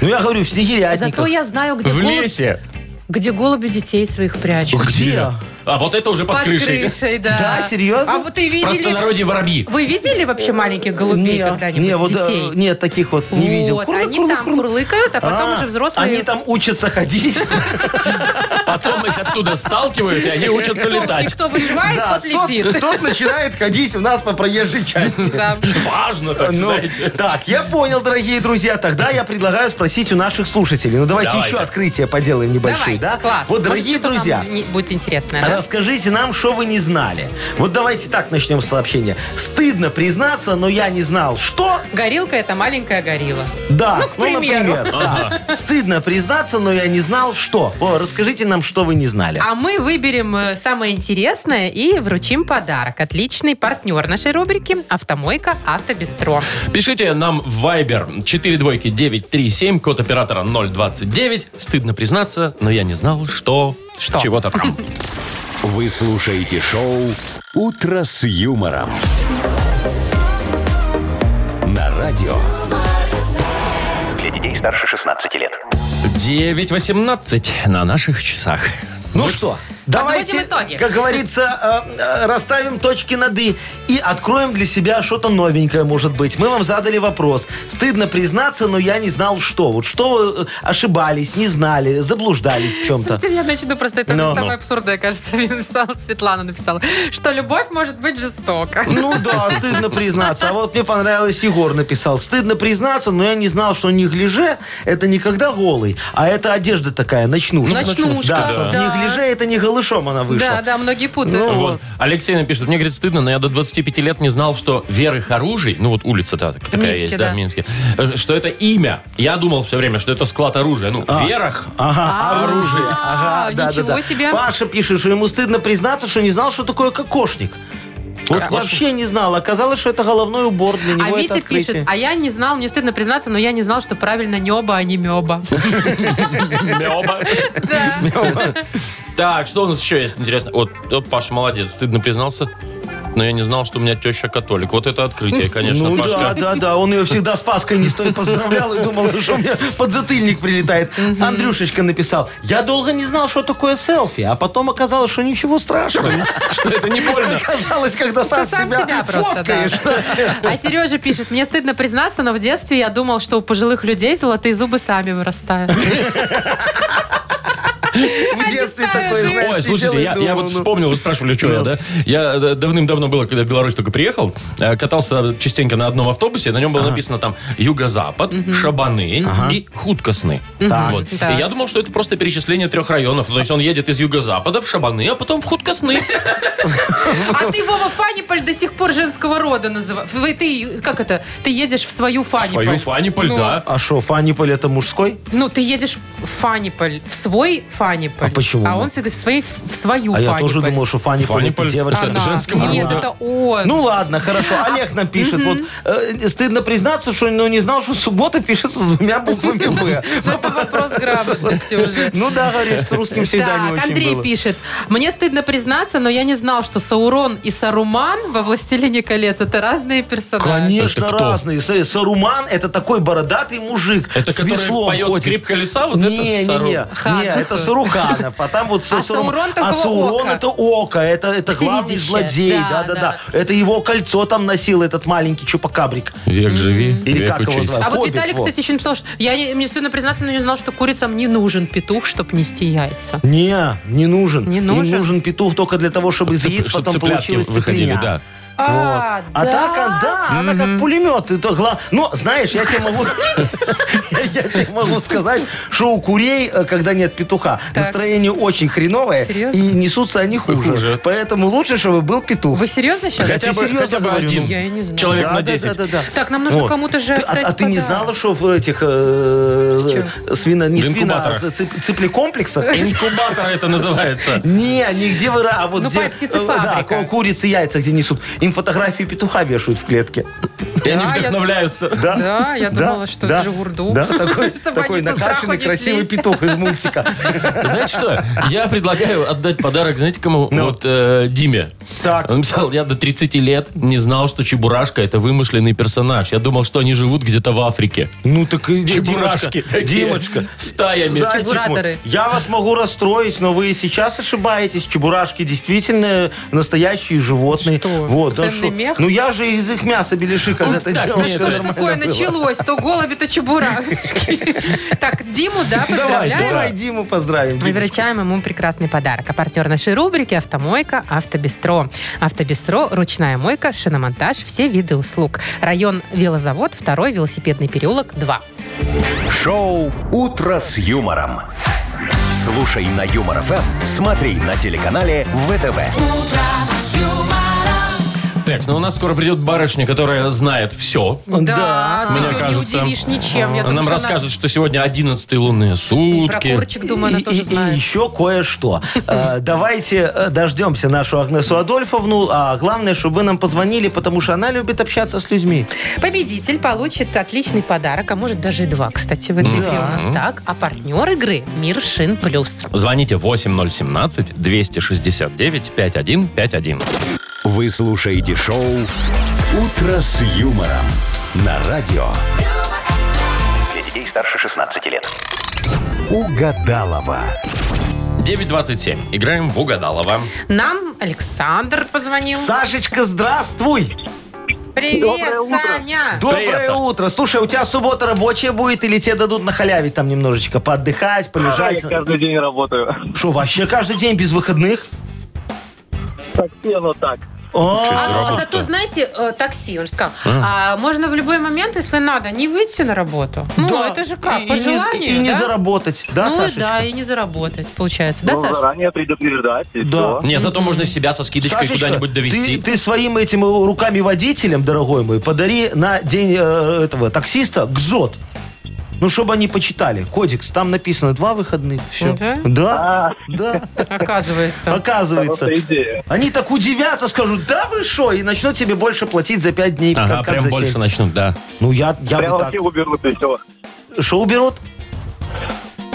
[SPEAKER 3] Ну, я говорю, в
[SPEAKER 2] Зато
[SPEAKER 3] снегирятниках.
[SPEAKER 2] я знаю, где,
[SPEAKER 4] В
[SPEAKER 2] голубь-
[SPEAKER 4] лесе.
[SPEAKER 2] где голуби детей своих прячут.
[SPEAKER 3] Где?
[SPEAKER 4] А вот это уже под крышей. В
[SPEAKER 2] да.
[SPEAKER 3] Да, серьезно?
[SPEAKER 2] А вот и видели...
[SPEAKER 4] простонародье воробьи.
[SPEAKER 2] Вы видели вообще маленьких голубей когда-нибудь?
[SPEAKER 3] не, вот, э,
[SPEAKER 2] детей?
[SPEAKER 3] нет, таких вот не видел.
[SPEAKER 2] Вот,
[SPEAKER 3] Курлык,
[SPEAKER 2] они
[SPEAKER 3] курлык,
[SPEAKER 2] там
[SPEAKER 3] курлык.
[SPEAKER 2] курлыкают, а потом
[SPEAKER 3] А,
[SPEAKER 2] уже взрослые...
[SPEAKER 3] Они там учатся
[SPEAKER 2] *laughs*
[SPEAKER 3] ходить.
[SPEAKER 4] Потом их оттуда сталкивают, и они учатся
[SPEAKER 2] кто, А, И
[SPEAKER 4] летать.
[SPEAKER 2] кто выживает,
[SPEAKER 3] Да,
[SPEAKER 2] тот летит.
[SPEAKER 3] Тот начинает ходить у нас по
[SPEAKER 2] *laughs*
[SPEAKER 3] проезжей части.
[SPEAKER 2] Да.
[SPEAKER 4] Важно, так
[SPEAKER 3] Ну,
[SPEAKER 4] знаете.
[SPEAKER 3] так, я понял, дорогие друзья. Тогда я предлагаю спросить у наших слушателей. Ну, давайте,
[SPEAKER 4] Давайте.
[SPEAKER 3] еще открытие поделаем небольшие,
[SPEAKER 2] Давайте,
[SPEAKER 3] да?
[SPEAKER 2] класс.
[SPEAKER 3] Вот,
[SPEAKER 2] Может,
[SPEAKER 3] дорогие
[SPEAKER 2] что-то нам
[SPEAKER 3] друзья,
[SPEAKER 2] зв- не- будет интересно.
[SPEAKER 3] А Расскажите нам, что вы не знали. Вот давайте так начнем с сообщения. Стыдно признаться, но я не знал, что.
[SPEAKER 2] Горилка это маленькая горилла.
[SPEAKER 3] Да,
[SPEAKER 2] Ну, к примеру.
[SPEAKER 3] например, да. Стыдно признаться, но я не знал, что. О, расскажите нам, что вы не знали.
[SPEAKER 2] А мы выберем э, самое интересное и вручим подарок. Отличный партнер нашей рубрики «Автомойка Автобестро».
[SPEAKER 4] Пишите нам в Viber 42937, код оператора 029. Стыдно признаться, но я не знал, что...
[SPEAKER 2] Что?
[SPEAKER 4] Чего-то там.
[SPEAKER 1] Вы слушаете шоу «Утро с юмором». На радио.
[SPEAKER 6] Для детей старше 16 лет.
[SPEAKER 4] 9.18 на наших часах.
[SPEAKER 3] Ну что, давайте,
[SPEAKER 2] Подводим итоги.
[SPEAKER 3] как говорится, э, э, расставим точки над «и» и откроем для себя что-то новенькое, может быть. Мы вам задали вопрос. Стыдно признаться, но я не знал, что. Вот что вы э, ошибались, не знали, заблуждались в чем-то.
[SPEAKER 2] Слушайте, я начну просто это
[SPEAKER 3] Ну.
[SPEAKER 2] самое абсурдное, кажется, *laughs* мне написала- Светлана написала, что любовь может быть жестока.
[SPEAKER 3] Ну да, стыдно признаться. А вот мне понравилось, Егор написал. Стыдно признаться, но я не знал, что неглиже – это никогда голый, а это одежда такая, ночнушка.
[SPEAKER 2] Ночнушка,
[SPEAKER 3] Да, что в
[SPEAKER 2] да.
[SPEAKER 3] неглиже – это не голышом она
[SPEAKER 2] Да,
[SPEAKER 3] вышла.
[SPEAKER 2] да, многие путают.
[SPEAKER 3] Ну,
[SPEAKER 4] Вот. Алексей напишет, мне, говорит, стыдно, но я до 25 лет не знал, что верых оружий, ну вот улица та- такая
[SPEAKER 2] Минске,
[SPEAKER 4] есть, да,
[SPEAKER 2] да.
[SPEAKER 4] в Минске, э, что это имя. Я думал все время, что это склад оружия. Ну, верах.
[SPEAKER 3] Ага, оружие.
[SPEAKER 2] А,
[SPEAKER 3] Ага, да, да,
[SPEAKER 2] ничего
[SPEAKER 3] да.
[SPEAKER 2] себе.
[SPEAKER 3] Паша пишет, что ему стыдно признаться, что не знал, что такое кокошник. Вот
[SPEAKER 2] Кокошник.
[SPEAKER 3] вообще не знал. Оказалось, что это головной убор для
[SPEAKER 2] А
[SPEAKER 3] него. это
[SPEAKER 2] Витя
[SPEAKER 3] открытие.
[SPEAKER 2] пишет, а я не знал, мне стыдно признаться, но я не знал, что правильно неба, а не меба.
[SPEAKER 4] Мёба. Так, что у нас еще есть интересно? Вот, вот Паша молодец, стыдно признался. Но я не знал, что у меня теща католик. Вот это открытие, конечно,
[SPEAKER 3] ну да,
[SPEAKER 4] Пашка.
[SPEAKER 3] да, да. Он ее всегда с Паской не стоит поздравлял и думал, что у меня подзатыльник прилетает. Андрюшечка написал, я долго не знал, что такое селфи, а потом оказалось, что ничего страшного.
[SPEAKER 4] Что это не больно.
[SPEAKER 3] Оказалось, когда сам
[SPEAKER 2] сам себя
[SPEAKER 3] себя
[SPEAKER 2] просто, да.
[SPEAKER 3] фоткаешь. *laughs*
[SPEAKER 2] А Сережа пишет, мне стыдно признаться, но в детстве
[SPEAKER 3] *laughs*
[SPEAKER 2] я думал, что у пожилых людей золотые зубы сами вырастают.
[SPEAKER 3] В детстве такое, знаешь,
[SPEAKER 4] Ой, слушайте,
[SPEAKER 3] сидел и
[SPEAKER 4] я, я
[SPEAKER 3] думал,
[SPEAKER 4] вот
[SPEAKER 3] ну.
[SPEAKER 4] вспомнил, вы спрашивали, что я, да? Я э, давным-давно было, когда в Беларусь только приехал, э, катался частенько на одном автобусе, на нем было написано там «Юго-Запад», «Шабаны» и «Худкосны». Вот.
[SPEAKER 2] Да.
[SPEAKER 4] И я думал, что это просто перечисление трех районов. То есть он едет из Юго-Запада в Шабаны, а потом в Худкосны.
[SPEAKER 2] А ты Вова Фаниполь до сих пор женского рода называешь. Ты, как это, ты едешь в свою Фаниполь.
[SPEAKER 4] Свою Фаниполь,
[SPEAKER 2] Ну,
[SPEAKER 4] да.
[SPEAKER 3] А что, Фаниполь это мужской?
[SPEAKER 2] Ну, ты едешь в Фаниполь, в свой Фаниполь.
[SPEAKER 3] А почему?
[SPEAKER 2] А он всегда в, своей, в свою
[SPEAKER 3] А
[SPEAKER 2] Фаниполь.
[SPEAKER 3] я тоже думал, что Фаниполь это
[SPEAKER 4] Фаниполь.
[SPEAKER 3] девочка.
[SPEAKER 2] Она.
[SPEAKER 4] женского
[SPEAKER 2] Нет,
[SPEAKER 4] рода.
[SPEAKER 2] это он.
[SPEAKER 3] Ну ладно, хорошо. Олег нам пишет. Вот, э, стыдно признаться, что ну, не знал, что суббота пишется с двумя буквами «Б».
[SPEAKER 2] Ну, это вопрос грамотности
[SPEAKER 3] *laughs*
[SPEAKER 2] уже.
[SPEAKER 3] Ну да, говорит, с русским всегда не
[SPEAKER 2] Так,
[SPEAKER 3] очень
[SPEAKER 2] Андрей
[SPEAKER 3] было.
[SPEAKER 2] пишет. Мне стыдно признаться, но я не знал, что Саурон и Саруман во «Властелине колец» это разные персонажи.
[SPEAKER 3] Конечно,
[SPEAKER 4] Это кто?
[SPEAKER 3] разные. Са- Саруман это такой бородатый мужик
[SPEAKER 4] Это
[SPEAKER 3] с
[SPEAKER 4] который
[SPEAKER 3] веслом
[SPEAKER 4] поет
[SPEAKER 3] ходит.
[SPEAKER 4] скрипка леса, вот
[SPEAKER 3] не,
[SPEAKER 4] этот
[SPEAKER 3] не,
[SPEAKER 4] Сару-
[SPEAKER 3] не,
[SPEAKER 2] Хан.
[SPEAKER 3] не, это Саруханов, а там вот Са-
[SPEAKER 2] А
[SPEAKER 3] Сарум-
[SPEAKER 2] Саурон такого
[SPEAKER 3] а Саурон
[SPEAKER 2] ока.
[SPEAKER 3] это око, это, это главный
[SPEAKER 2] Всевидящее.
[SPEAKER 3] злодей,
[SPEAKER 2] Да,
[SPEAKER 3] да, да, да, Это его кольцо там носил этот маленький чупакабрик.
[SPEAKER 4] Век живи,
[SPEAKER 3] М-м. Или
[SPEAKER 4] век
[SPEAKER 3] как его
[SPEAKER 4] учись.
[SPEAKER 3] звать?
[SPEAKER 2] А вот
[SPEAKER 3] Хоббит,
[SPEAKER 2] Виталий,
[SPEAKER 3] вот.
[SPEAKER 2] кстати, еще написал, что я не- мне стыдно признаться, но не знал, что курицам не нужен петух, чтобы нести яйца.
[SPEAKER 3] Не, не нужен.
[SPEAKER 2] Не
[SPEAKER 3] Им
[SPEAKER 2] нужен?
[SPEAKER 3] нужен петух только для того, чтобы из
[SPEAKER 4] Цып-
[SPEAKER 3] яиц
[SPEAKER 4] чтоб
[SPEAKER 3] потом
[SPEAKER 4] цыплятки
[SPEAKER 3] получилась
[SPEAKER 4] выходили,
[SPEAKER 3] цыпленя.
[SPEAKER 4] да.
[SPEAKER 2] А,
[SPEAKER 3] А так, а, да, она как пулемет. Это гла- Но, знаешь,
[SPEAKER 2] *laughs*
[SPEAKER 3] я тебе могу... *laughs* Я тебе могу сказать, что у курей, э, когда нет петуха,
[SPEAKER 2] Так.
[SPEAKER 3] настроение очень хреновое,
[SPEAKER 2] Серьезно?
[SPEAKER 3] и несутся они
[SPEAKER 4] Хуже.
[SPEAKER 3] хуже. Поэтому лучше, чтобы был петух.
[SPEAKER 2] Вы серьезно сейчас?
[SPEAKER 3] Хотя бы- серьезно
[SPEAKER 4] хотя бы
[SPEAKER 3] говорю,
[SPEAKER 4] один
[SPEAKER 2] Я и не знаю.
[SPEAKER 4] человек
[SPEAKER 3] Да,
[SPEAKER 4] на
[SPEAKER 3] да,
[SPEAKER 4] 10.
[SPEAKER 3] да, да, да.
[SPEAKER 2] Так, нам нужно
[SPEAKER 3] Вот.
[SPEAKER 2] кому-то же
[SPEAKER 3] Ты- а-
[SPEAKER 2] отдать
[SPEAKER 3] А ты не
[SPEAKER 2] подарок.
[SPEAKER 3] знала, что в этих э, свино... Не
[SPEAKER 4] В
[SPEAKER 3] свино,
[SPEAKER 4] инкубаторах.
[SPEAKER 3] а цып- цыплекомплексах?
[SPEAKER 4] Инкубатор это называется.
[SPEAKER 3] Не, нигде выра, а вот
[SPEAKER 2] Ну,
[SPEAKER 3] где... э,
[SPEAKER 2] по- птицефабрика.
[SPEAKER 3] да, ку- курицы яйца где несут. Им фотографии петуха вешают в клетке.
[SPEAKER 4] И они
[SPEAKER 2] я-
[SPEAKER 4] вдохновляются.
[SPEAKER 3] Да,
[SPEAKER 2] Да, я думала, что это же урду.
[SPEAKER 3] Да, такой,
[SPEAKER 2] Чтобы
[SPEAKER 3] *laughs* такой
[SPEAKER 2] они со страха
[SPEAKER 3] накачанный
[SPEAKER 2] не
[SPEAKER 3] красивый
[SPEAKER 2] слезли.
[SPEAKER 3] петух из мультика.
[SPEAKER 2] *laughs*
[SPEAKER 4] Знаете что? Я предлагаю отдать подарок, знаете, кому? Вот э, Диме.
[SPEAKER 3] Ну. Так.
[SPEAKER 4] Он написал, я до 30 лет не знал, что Чебурашка это вымышленный персонаж. Я думал, что они живут где-то в Африке.
[SPEAKER 3] Ну так и
[SPEAKER 4] Чебурашки.
[SPEAKER 3] Димочка,
[SPEAKER 4] такие,
[SPEAKER 3] Димочка,
[SPEAKER 4] Стаями.
[SPEAKER 3] зайчик
[SPEAKER 2] Чебураторы.
[SPEAKER 3] мой, я вас могу расстроить, но вы и сейчас ошибаетесь. Чебурашки действительно настоящие животные.
[SPEAKER 2] Что,
[SPEAKER 3] Вот, да
[SPEAKER 2] ценный
[SPEAKER 3] что-
[SPEAKER 2] мех?
[SPEAKER 3] Ну я же из их мяса беляши когда-то
[SPEAKER 4] так,
[SPEAKER 3] делал.
[SPEAKER 2] Ну Да что ж
[SPEAKER 3] нормально
[SPEAKER 2] такое
[SPEAKER 3] было.
[SPEAKER 2] началось? То голуби, то
[SPEAKER 3] *laughs*
[SPEAKER 2] чебурашки. Так, Диму, да, поздравляем.
[SPEAKER 3] Давай Диму поздравим.
[SPEAKER 2] Мы
[SPEAKER 3] Димочка.
[SPEAKER 2] вручаем ему прекрасный подарок. А партнер нашей рубрики «Автомойка Автобестро». «Автобестро» – ручная мойка, шиномонтаж, все виды услуг. Район «Велозавод», второй велосипедный переулок, 2.
[SPEAKER 1] Шоу «Утро с юмором». Слушай на Юмор ФМ, смотри на телеканале ВТВ.
[SPEAKER 4] Так, ну у нас скоро придет барышня, которая знает все.
[SPEAKER 2] Да, ты
[SPEAKER 4] Мне
[SPEAKER 2] ее не
[SPEAKER 4] кажется,
[SPEAKER 2] удивишь ничем. Я
[SPEAKER 4] Она
[SPEAKER 2] думаю,
[SPEAKER 4] нам
[SPEAKER 2] что
[SPEAKER 4] расскажет, что сегодня 11 лунные
[SPEAKER 2] И про
[SPEAKER 4] сутки.
[SPEAKER 2] курочек, думаю, она
[SPEAKER 3] И-
[SPEAKER 2] тоже
[SPEAKER 3] и- И
[SPEAKER 2] знает.
[SPEAKER 3] еще
[SPEAKER 2] *laughs*
[SPEAKER 3] кое-что. Э, Давайте э, дождемся нашу Агнесу Адольфовну, а главное, чтобы вы нам позвонили, потому что она любит общаться с людьми.
[SPEAKER 2] Победитель получит отличный подарок, а может даже и два, кстати, в этой игре у нас так. А партнер игры «Мир Шин Плюс».
[SPEAKER 4] Звоните 8017-269-5151.
[SPEAKER 1] Вы слушаете шоу «Утро с юмором» на радио
[SPEAKER 6] Для детей старше 16 лет.
[SPEAKER 1] «Угадалова».
[SPEAKER 4] 9.27. Играем в Угадалова.
[SPEAKER 2] Нам Александр позвонил.
[SPEAKER 3] Сашечка, здравствуй!
[SPEAKER 2] Привет, Саня!
[SPEAKER 3] Доброе
[SPEAKER 4] Привет, Саш.
[SPEAKER 3] утро! Слушай, у тебя суббота рабочая будет или тебе дадут нахалявить там немножечко, поотдыхать, полежать?
[SPEAKER 7] А, Я каждый день работаю.
[SPEAKER 3] Что, вообще каждый день без выходных?
[SPEAKER 7] Так, ну так.
[SPEAKER 3] О,
[SPEAKER 2] А,
[SPEAKER 4] Работа.
[SPEAKER 2] зато, знаете, э, такси, он же сказал, а, можно в любой момент, если надо, не выйти на работу. Ну,
[SPEAKER 3] да.
[SPEAKER 2] это же как,
[SPEAKER 3] И- и
[SPEAKER 2] по
[SPEAKER 3] не-
[SPEAKER 2] желанию,
[SPEAKER 3] И не
[SPEAKER 2] да?
[SPEAKER 3] заработать, да,
[SPEAKER 2] ну,
[SPEAKER 3] Сашечка?
[SPEAKER 2] да, и не заработать, получается. Да,
[SPEAKER 7] Ну,
[SPEAKER 2] Саша?
[SPEAKER 7] заранее предупреждать, и
[SPEAKER 3] Да.
[SPEAKER 7] все.
[SPEAKER 4] Не, зато можно себя со скидочкой
[SPEAKER 3] Сашечка,
[SPEAKER 4] куда-нибудь довести.
[SPEAKER 3] Ты, ты своим этим э, руками водителем, дорогой мой, подари на день э, этого таксиста гзот. Ну, чтобы они почитали. Кодекс, там написано два выходных. Все.
[SPEAKER 2] Да?
[SPEAKER 3] Да, да.
[SPEAKER 2] А, *laughs* Оказывается.
[SPEAKER 3] Оказывается.
[SPEAKER 7] А, Хорошая идея.
[SPEAKER 3] Они так удивятся, скажут, да вы шо, и начнут тебе больше платить за пять дней,
[SPEAKER 4] Ага,
[SPEAKER 3] как, как
[SPEAKER 4] прям
[SPEAKER 3] за
[SPEAKER 4] больше
[SPEAKER 3] семь.
[SPEAKER 4] начнут, да.
[SPEAKER 3] Ну, я, я
[SPEAKER 7] Прям
[SPEAKER 3] бы
[SPEAKER 7] вообще
[SPEAKER 3] так.
[SPEAKER 7] уберут и все.
[SPEAKER 3] Шо уберут?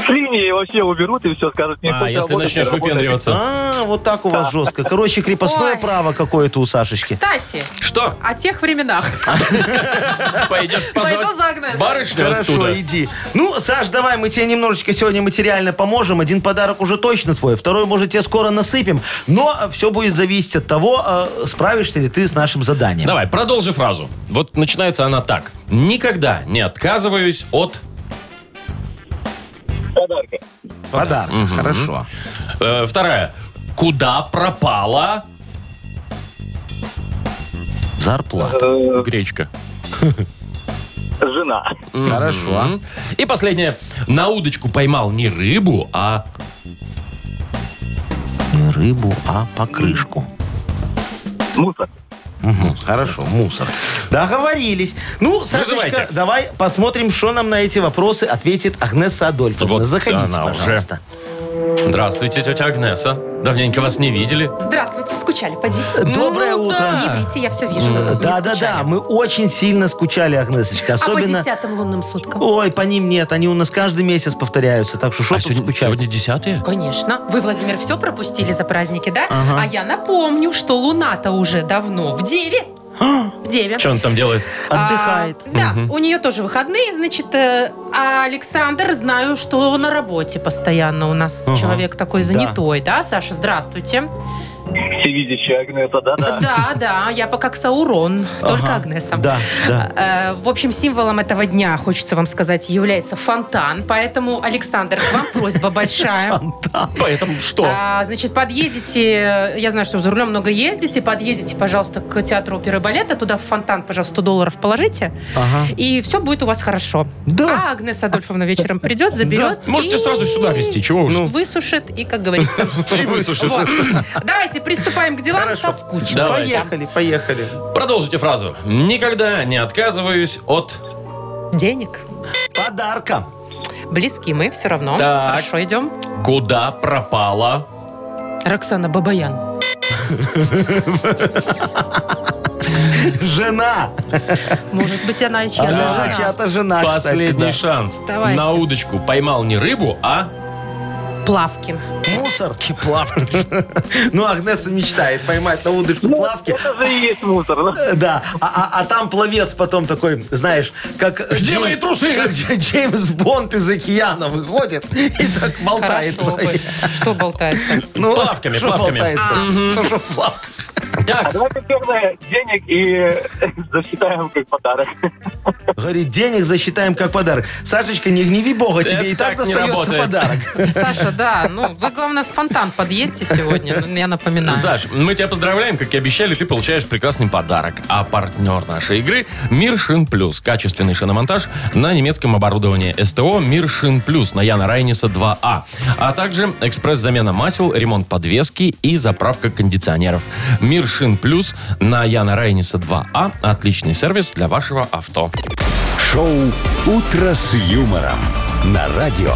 [SPEAKER 7] С линии вообще уберут и все, скажут. не
[SPEAKER 4] А,
[SPEAKER 7] хочешь
[SPEAKER 4] если
[SPEAKER 7] работать,
[SPEAKER 4] начнешь
[SPEAKER 7] работай.
[SPEAKER 4] выпендриваться.
[SPEAKER 3] А, вот так у вас жестко. Короче, крепостное
[SPEAKER 2] Ой.
[SPEAKER 3] право какое-то у Сашечки.
[SPEAKER 2] Кстати,
[SPEAKER 4] Что?
[SPEAKER 2] о тех временах.
[SPEAKER 3] А.
[SPEAKER 2] *laughs*
[SPEAKER 4] Пойдешь позвать
[SPEAKER 2] Пойду за Агнесой.
[SPEAKER 4] барышню
[SPEAKER 3] Хорошо,
[SPEAKER 4] оттуда?
[SPEAKER 3] иди. Ну, Саш, давай мы тебе немножечко сегодня материально поможем. Один подарок уже точно твой, второй, может, тебе скоро насыпем. Но все будет зависеть от того, э, справишься ли ты с нашим заданием.
[SPEAKER 4] Давай, продолжи фразу. Вот начинается она так. Никогда не отказываюсь от...
[SPEAKER 7] подарка.
[SPEAKER 10] Подарок. Хорошо.
[SPEAKER 4] Э, вторая. Куда пропала
[SPEAKER 10] Зарплата.
[SPEAKER 4] гречка?
[SPEAKER 7] Жена.
[SPEAKER 10] Хорошо.
[SPEAKER 4] Мгм. И последнее. На удочку поймал не рыбу, а...
[SPEAKER 10] Не рыбу, а покрышку.
[SPEAKER 7] Мусор.
[SPEAKER 10] Мгм. Хорошо, мусор.
[SPEAKER 3] Договорились. Ну, Сашечка,
[SPEAKER 4] Вызывайте.
[SPEAKER 3] давай посмотрим, что нам на эти вопросы ответит Агнеса Адольфовна.
[SPEAKER 4] Вот
[SPEAKER 3] Заходите,
[SPEAKER 4] она уже.
[SPEAKER 3] пожалуйста.
[SPEAKER 4] Здравствуйте, тетя Агнеса. Давненько вас не видели. А
[SPEAKER 2] Здравствуйте, скучали, поди.
[SPEAKER 3] Доброе утро.
[SPEAKER 2] Не врите, я все вижу. Не
[SPEAKER 3] Да-да-да,
[SPEAKER 2] скучали.
[SPEAKER 3] мы очень сильно скучали, Агнесочка.
[SPEAKER 2] А по
[SPEAKER 3] Особенно...
[SPEAKER 2] десятым лунным суткам?
[SPEAKER 3] Ой, по ним нет, они у нас каждый месяц повторяются, так что что
[SPEAKER 4] а
[SPEAKER 3] тут
[SPEAKER 4] сегодня,
[SPEAKER 3] скучать?
[SPEAKER 4] сегодня десятые?
[SPEAKER 2] Конечно. Вы, Владимир, все пропустили за праздники, да? А я напомню, что луна-то уже давно в Деве. В Деве.
[SPEAKER 4] Что он там делает?
[SPEAKER 3] А! Отдыхает.
[SPEAKER 2] А, да, у нее тоже выходные, значит, э, а Александр, знаю, что на работе постоянно у нас
[SPEAKER 3] Ага.
[SPEAKER 2] человек такой занятой, да, Саша, здравствуйте.
[SPEAKER 7] Всевидящая Агнеса,
[SPEAKER 4] *laughs*
[SPEAKER 7] да-да.
[SPEAKER 2] Да, да, я пока как Саурон, только Агнеса.
[SPEAKER 3] Да, да.
[SPEAKER 2] Э, В общем, символом этого дня, хочется вам сказать, является фонтан. Поэтому, Александр, к вам просьба большая.
[SPEAKER 4] Поэтому что?
[SPEAKER 2] А, значит, подъедете, э, я знаю, что вы за рулем много ездите, подъедете, пожалуйста, к театру оперы и балета, туда в фонтан, пожалуйста, 100 долларов положите,
[SPEAKER 3] Ага.
[SPEAKER 2] и все будет у вас хорошо.
[SPEAKER 3] Да.
[SPEAKER 2] А Агнеса Адольфовна вечером придет, заберет.
[SPEAKER 4] Можете
[SPEAKER 2] и Ну,
[SPEAKER 4] сразу сюда везти, чего
[SPEAKER 3] Ну.
[SPEAKER 4] уж.
[SPEAKER 2] Высушит и, как говорится,
[SPEAKER 4] *laughs* И высушит.
[SPEAKER 2] Вот. Давайте приступаем к делам, соскучились.
[SPEAKER 4] Давай.
[SPEAKER 3] Поехали, поехали.
[SPEAKER 4] Продолжите фразу. Никогда не отказываюсь от...
[SPEAKER 2] Денег.
[SPEAKER 3] Подарка.
[SPEAKER 2] Близки мы все равно.
[SPEAKER 4] Так.
[SPEAKER 2] Хорошо, идем.
[SPEAKER 4] Куда пропала?
[SPEAKER 2] Роксана Бабаян.
[SPEAKER 3] Жена.
[SPEAKER 2] Может быть, она и чья-то
[SPEAKER 3] Она
[SPEAKER 4] Да.
[SPEAKER 3] же
[SPEAKER 2] жена.
[SPEAKER 3] чья-то жена, кстати.
[SPEAKER 4] Последний
[SPEAKER 3] да.
[SPEAKER 4] шанс.
[SPEAKER 2] Давайте.
[SPEAKER 4] На удочку поймал не рыбу, а...
[SPEAKER 2] Плавки.
[SPEAKER 3] Мусор. *laughs* Плавки. Ну, Агнеса мечтает поймать на удочку
[SPEAKER 2] Ну,
[SPEAKER 3] плавки.
[SPEAKER 7] Это же и есть мусор. ну.
[SPEAKER 3] Э, *laughs* Да, а, а- а там пловец потом такой, знаешь, как...
[SPEAKER 4] Где
[SPEAKER 3] Джей-
[SPEAKER 4] мои трусы?
[SPEAKER 3] как Дж- Джеймс Бонд из океана выходит *laughs* и так болтается.
[SPEAKER 2] Хорошо бы. Что болтается?
[SPEAKER 3] Ну,
[SPEAKER 4] Плавками,
[SPEAKER 3] шо
[SPEAKER 4] плавками.
[SPEAKER 3] болтается? Шо- шо в плавках?
[SPEAKER 4] Так,
[SPEAKER 7] А давайте первое денег и *laughs* засчитаем как подарок.
[SPEAKER 3] Говорит, денег засчитаем как подарок. Сашечка, не гневи бога, тебе
[SPEAKER 4] Это
[SPEAKER 3] и так
[SPEAKER 4] так не
[SPEAKER 3] достается
[SPEAKER 4] работает.
[SPEAKER 3] подарок.
[SPEAKER 2] Саша, да, ну, вы, главное, в фонтан подъедьте сегодня, ну, я напоминаю.
[SPEAKER 4] Саш, мы тебя поздравляем, как и обещали, ты получаешь прекрасный подарок. А партнер нашей игры – Мир Шин Плюс. Качественный шиномонтаж на немецком оборудовании СТО «Мир Шин Плюс» на Яна Райниса 2А. А также экспресс-замена масел, ремонт подвески и заправка кондиционеров. «Мир Шин Плюс» на Яна Райниса 2А. Отличный сервис для вашего авто.
[SPEAKER 1] Шоу «Утро с юмором» на радио.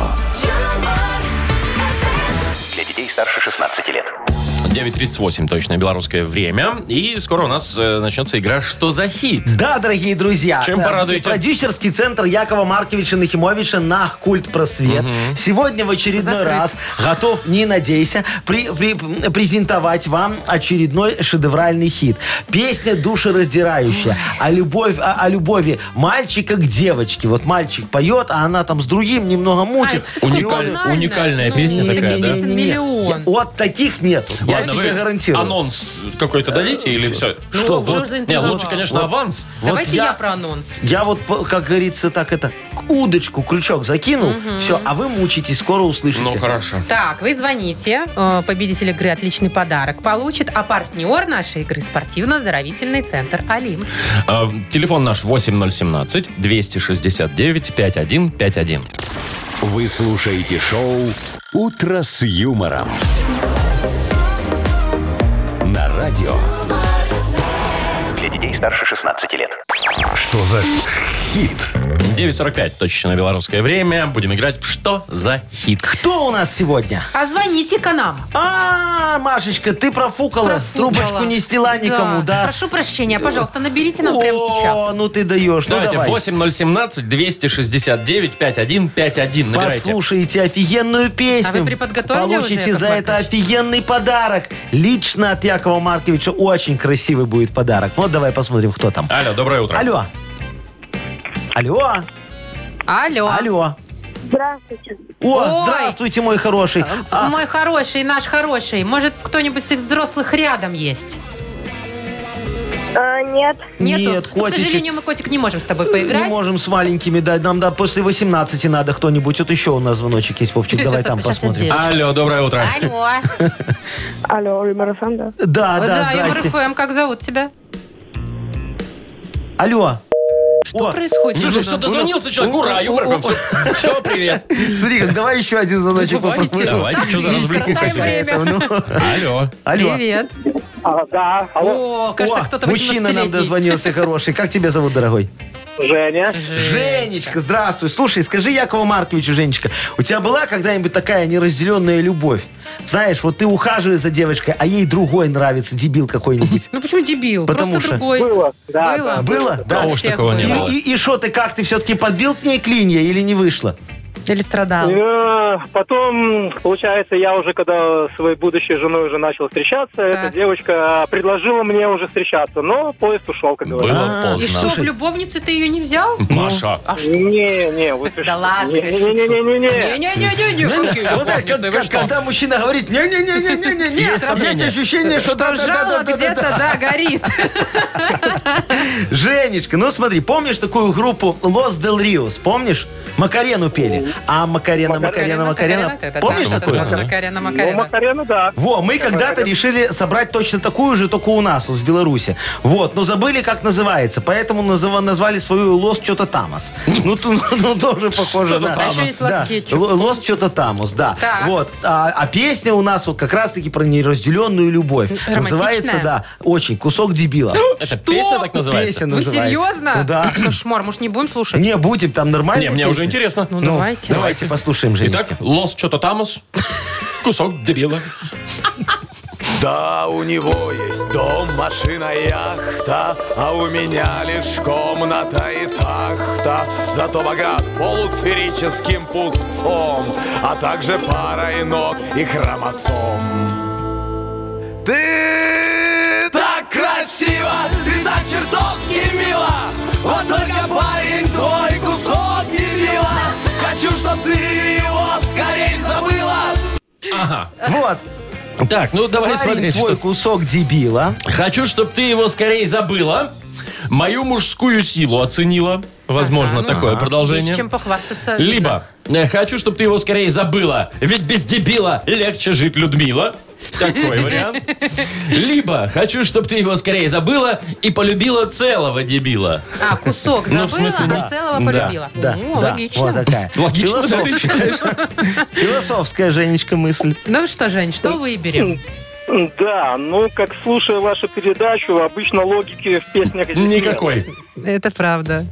[SPEAKER 6] Для детей старше 16 лет.
[SPEAKER 4] 9.38 точное белорусское время. И скоро у нас э, начнется игра «Что за хит?».
[SPEAKER 3] Да, дорогие друзья.
[SPEAKER 4] Чем
[SPEAKER 3] э,
[SPEAKER 4] порадуете?
[SPEAKER 3] Продюсерский центр Якова Марковича Нахимовича на культ просвет. Сегодня в очередной
[SPEAKER 2] Закрыт.
[SPEAKER 3] раз готов, не надейся, при- при- презентовать вам очередной шедевральный хит. Песня душераздирающая. О, любовь, о, о любови мальчика к девочке. Вот мальчик поет, а она там с другим немного мутит.
[SPEAKER 2] это всё-таки
[SPEAKER 4] Уникаль-
[SPEAKER 2] банальная.
[SPEAKER 4] Уникальная
[SPEAKER 2] Ну,
[SPEAKER 4] песня
[SPEAKER 2] не-
[SPEAKER 4] такая,
[SPEAKER 2] не-
[SPEAKER 4] да?
[SPEAKER 2] не- Песен миллион.
[SPEAKER 3] Я- вот таких нет. Я
[SPEAKER 4] Ладно,
[SPEAKER 3] тебе
[SPEAKER 4] вы
[SPEAKER 3] гарантирую. Э,
[SPEAKER 4] Анонс какой-то дадите или все?
[SPEAKER 2] Ну,
[SPEAKER 3] что,
[SPEAKER 2] уже
[SPEAKER 3] вот-
[SPEAKER 4] Не,
[SPEAKER 2] заинтриговал.
[SPEAKER 4] лучше, конечно, аванс.
[SPEAKER 3] Вот
[SPEAKER 2] Давайте я...
[SPEAKER 3] я-
[SPEAKER 2] про анонс.
[SPEAKER 3] Я вот, по- как говорится, так это, к удочку, крючок закинул, все, а вы мучитесь, скоро услышите.
[SPEAKER 4] Ну, хорошо.
[SPEAKER 2] Так, вы звоните. э, Победитель игры отличный подарок получит, а партнер нашей игры спортивно-оздоровительный центр «Алим».
[SPEAKER 4] А, Телефон наш 8017-269-5151.
[SPEAKER 1] Вы слушаете шоу «Утро с юмором». На радио.
[SPEAKER 6] Для детей старше 16 лет.
[SPEAKER 1] Что за хит?
[SPEAKER 4] 9.45 точно белорусское время. Будем играть в «Что за хит?».
[SPEAKER 3] Кто у нас сегодня?
[SPEAKER 2] А звоните-ка нам.
[SPEAKER 3] А, Машечка, ты профукала,
[SPEAKER 2] Профукала.
[SPEAKER 3] трубочку не сняла никому, да?
[SPEAKER 2] Прошу прощения, пожалуйста, наберите нам прямо
[SPEAKER 3] О,
[SPEAKER 2] сейчас.
[SPEAKER 3] ну ты даешь, ну
[SPEAKER 4] Давайте
[SPEAKER 3] давай.
[SPEAKER 4] 8017-269-5151. Набирайте.
[SPEAKER 3] Послушайте офигенную песню.
[SPEAKER 2] А вы приподготовили уже,
[SPEAKER 3] Получите
[SPEAKER 2] Яков
[SPEAKER 3] за это
[SPEAKER 2] Маркович?
[SPEAKER 3] офигенный подарок. Лично от Якова Марковича очень красивый будет подарок. Вот давай посмотрим, кто там.
[SPEAKER 4] Алло, доброе утро.
[SPEAKER 3] Алло. Алло.
[SPEAKER 2] Алло.
[SPEAKER 3] Алло.
[SPEAKER 9] Здравствуйте.
[SPEAKER 3] О,
[SPEAKER 2] Ой.
[SPEAKER 3] здравствуйте, мой хороший. А,
[SPEAKER 2] Мой хороший, наш хороший. Может, кто-нибудь из взрослых рядом есть?
[SPEAKER 11] А, нет.
[SPEAKER 2] Нету.
[SPEAKER 3] Нет,
[SPEAKER 2] Ну, к
[SPEAKER 3] котичек.
[SPEAKER 2] сожалению, мы, котик, не можем с тобой поиграть.
[SPEAKER 3] Не можем с маленькими дать. Нам да, после 18 надо кто-нибудь. Вот еще у нас звоночек есть, Вовчик. Давай
[SPEAKER 2] Сейчас-
[SPEAKER 3] там
[SPEAKER 2] сейчас
[SPEAKER 3] посмотрим.
[SPEAKER 2] отдельно.
[SPEAKER 4] Алло, доброе утро.
[SPEAKER 2] Алло.
[SPEAKER 11] Алло, Юмор ФМ, да?
[SPEAKER 3] Да, да,
[SPEAKER 2] Да,
[SPEAKER 3] здрасте.
[SPEAKER 2] МРФМ, как зовут тебя?
[SPEAKER 3] Алло.
[SPEAKER 2] Что
[SPEAKER 3] О,
[SPEAKER 2] происходит?
[SPEAKER 3] ну
[SPEAKER 4] Слушай, все, дозвонился человек. Ура, юмор. Все, все, привет.
[SPEAKER 3] Смотри, как, давай еще один звоночек
[SPEAKER 2] Давайте,
[SPEAKER 3] попробуем.
[SPEAKER 4] Давайте, что за
[SPEAKER 2] Мистер,
[SPEAKER 4] развлекуха
[SPEAKER 2] дай
[SPEAKER 4] сегодня?
[SPEAKER 2] время.
[SPEAKER 4] Алло.
[SPEAKER 3] Ну. Алло.
[SPEAKER 2] Привет.
[SPEAKER 7] А, да, алло,
[SPEAKER 2] О, кажется,
[SPEAKER 3] О,
[SPEAKER 2] кто-то
[SPEAKER 3] мужчина нам
[SPEAKER 2] 18-летний.
[SPEAKER 3] дозвонился хороший. Как тебя зовут, дорогой?
[SPEAKER 7] Женя.
[SPEAKER 3] Женечка, здравствуй. Слушай, скажи Якову Марковичу, Женечка, у тебя была когда-нибудь такая неразделенная любовь? Знаешь, вот ты ухаживаешь за девочкой, а ей другой нравится, дебил какой-нибудь.
[SPEAKER 2] Ну почему дебил?
[SPEAKER 3] Потому
[SPEAKER 2] Просто
[SPEAKER 3] что-
[SPEAKER 2] другой.
[SPEAKER 7] Было, да,
[SPEAKER 2] Было?
[SPEAKER 3] Было?
[SPEAKER 4] Да
[SPEAKER 3] Да.
[SPEAKER 4] уж
[SPEAKER 2] всех
[SPEAKER 4] такого не
[SPEAKER 2] было.
[SPEAKER 4] было.
[SPEAKER 3] И- И что ты, как ты все-таки подбил к ней клинья или не вышло?
[SPEAKER 2] Или страдал?
[SPEAKER 7] Э, Потом, получается, я уже, когда с своей будущей женой уже начал встречаться, эта девочка предложила мне уже встречаться, но поезд ушел, как говорится.
[SPEAKER 4] Было
[SPEAKER 3] А,
[SPEAKER 2] И
[SPEAKER 4] поздно.
[SPEAKER 2] что, в любовницу ты ее не взял?
[SPEAKER 3] Ну,
[SPEAKER 4] Маша.
[SPEAKER 7] Не, не, вы слышите?
[SPEAKER 2] Да ладно,
[SPEAKER 7] Не,
[SPEAKER 2] конечно,
[SPEAKER 7] не, не, не, не, не.
[SPEAKER 2] Не-не-не-не-не, какие
[SPEAKER 3] Вот так,
[SPEAKER 2] любовницы, вы
[SPEAKER 3] как-
[SPEAKER 2] что?
[SPEAKER 3] когда мужчина говорит, не-не-не-не-не-не,
[SPEAKER 4] Есть
[SPEAKER 3] есть
[SPEAKER 4] сомнения.
[SPEAKER 3] ощущение, что
[SPEAKER 2] Что жало
[SPEAKER 3] да-да-да-да-да-да.
[SPEAKER 2] где-то, да, горит.
[SPEAKER 3] Женечка, ну смотри, помнишь такую группу Los Del Rios? Помнишь? Макарену пели. А Макарена, Макарена, Макарена.
[SPEAKER 2] это да.
[SPEAKER 3] Помнишь
[SPEAKER 2] Вот это
[SPEAKER 3] такую?
[SPEAKER 4] такое?
[SPEAKER 2] да, Макарена,
[SPEAKER 7] Ну,
[SPEAKER 2] Макарена.
[SPEAKER 7] Макарена, да.
[SPEAKER 3] Во, мы когда-то решили собрать точно такую же, только у нас, вот в Беларуси. Вот, но забыли, как называется, поэтому называ- назвали свою Лос что-то Тамос. Ну, ту- ну, тоже похоже
[SPEAKER 4] Что-то
[SPEAKER 3] на...
[SPEAKER 4] Тамос.
[SPEAKER 2] А еще есть Лос
[SPEAKER 3] Да.
[SPEAKER 2] Кетчуп.
[SPEAKER 3] Л- Лос что-то Тамос, да.
[SPEAKER 2] Так.
[SPEAKER 3] Вот, а, а песня у нас вот как раз-таки про неразделенную любовь.
[SPEAKER 2] Романтичная?
[SPEAKER 3] Называется, да, очень,
[SPEAKER 2] *gasps*
[SPEAKER 3] «Кусок дебила».
[SPEAKER 4] Это песня так называется?
[SPEAKER 3] Песня
[SPEAKER 2] Вы
[SPEAKER 3] называется.
[SPEAKER 2] серьезно?
[SPEAKER 3] Ну да.
[SPEAKER 2] *coughs* Кошмар, может, не будем слушать?
[SPEAKER 3] Не, будем, там нормально.
[SPEAKER 4] Не, мне уже интересно.
[SPEAKER 2] Ну, давайте.
[SPEAKER 3] Давайте послушаем, Женечка.
[SPEAKER 4] Итак, лос что-то тамос. *laughs* Кусок дебила.
[SPEAKER 12] Да, у него есть дом, машина, яхта А у меня лишь комната и тахта Зато богат полусферическим пустцом А также парой ног и хромосом Ты так красива, ты так чертовски мила Вот только парень твой кусок дебила Хочу, чтоб ты его скорей забыла
[SPEAKER 4] Ага.
[SPEAKER 3] Вот,
[SPEAKER 4] Так, ну давай
[SPEAKER 3] парень
[SPEAKER 4] смотреть.
[SPEAKER 3] твой
[SPEAKER 4] что-
[SPEAKER 3] кусок дебила.
[SPEAKER 4] Хочу, чтобы ты его скорее забыла. Мою мужскую силу оценила. Возможно,
[SPEAKER 2] Ага, ну,
[SPEAKER 4] такое продолжение.
[SPEAKER 2] Есть чем похвастаться.
[SPEAKER 4] Либо э, хочу, чтобы ты его скорее забыла, ведь без дебила легче жить Людмила. Такой вариант. Либо хочу, чтобы ты его скорее забыла и полюбила целого дебила.
[SPEAKER 2] А, кусок
[SPEAKER 4] Ну,
[SPEAKER 2] забыла,
[SPEAKER 4] в смысле, да.
[SPEAKER 2] а целого
[SPEAKER 3] Да,
[SPEAKER 2] полюбила.
[SPEAKER 3] Да,
[SPEAKER 2] Ну,
[SPEAKER 3] да,
[SPEAKER 2] логично.
[SPEAKER 3] Вот *laughs* такая.
[SPEAKER 4] Логично,
[SPEAKER 3] Философ-
[SPEAKER 4] ты отвечаешь.
[SPEAKER 3] Философская, Женечка, мысль.
[SPEAKER 2] Ну что, Жень, что выберем?
[SPEAKER 7] Да, ну, как слушая вашу передачу, обычно логики в песнях... здесь нет.
[SPEAKER 4] Никакой.
[SPEAKER 2] Это правда.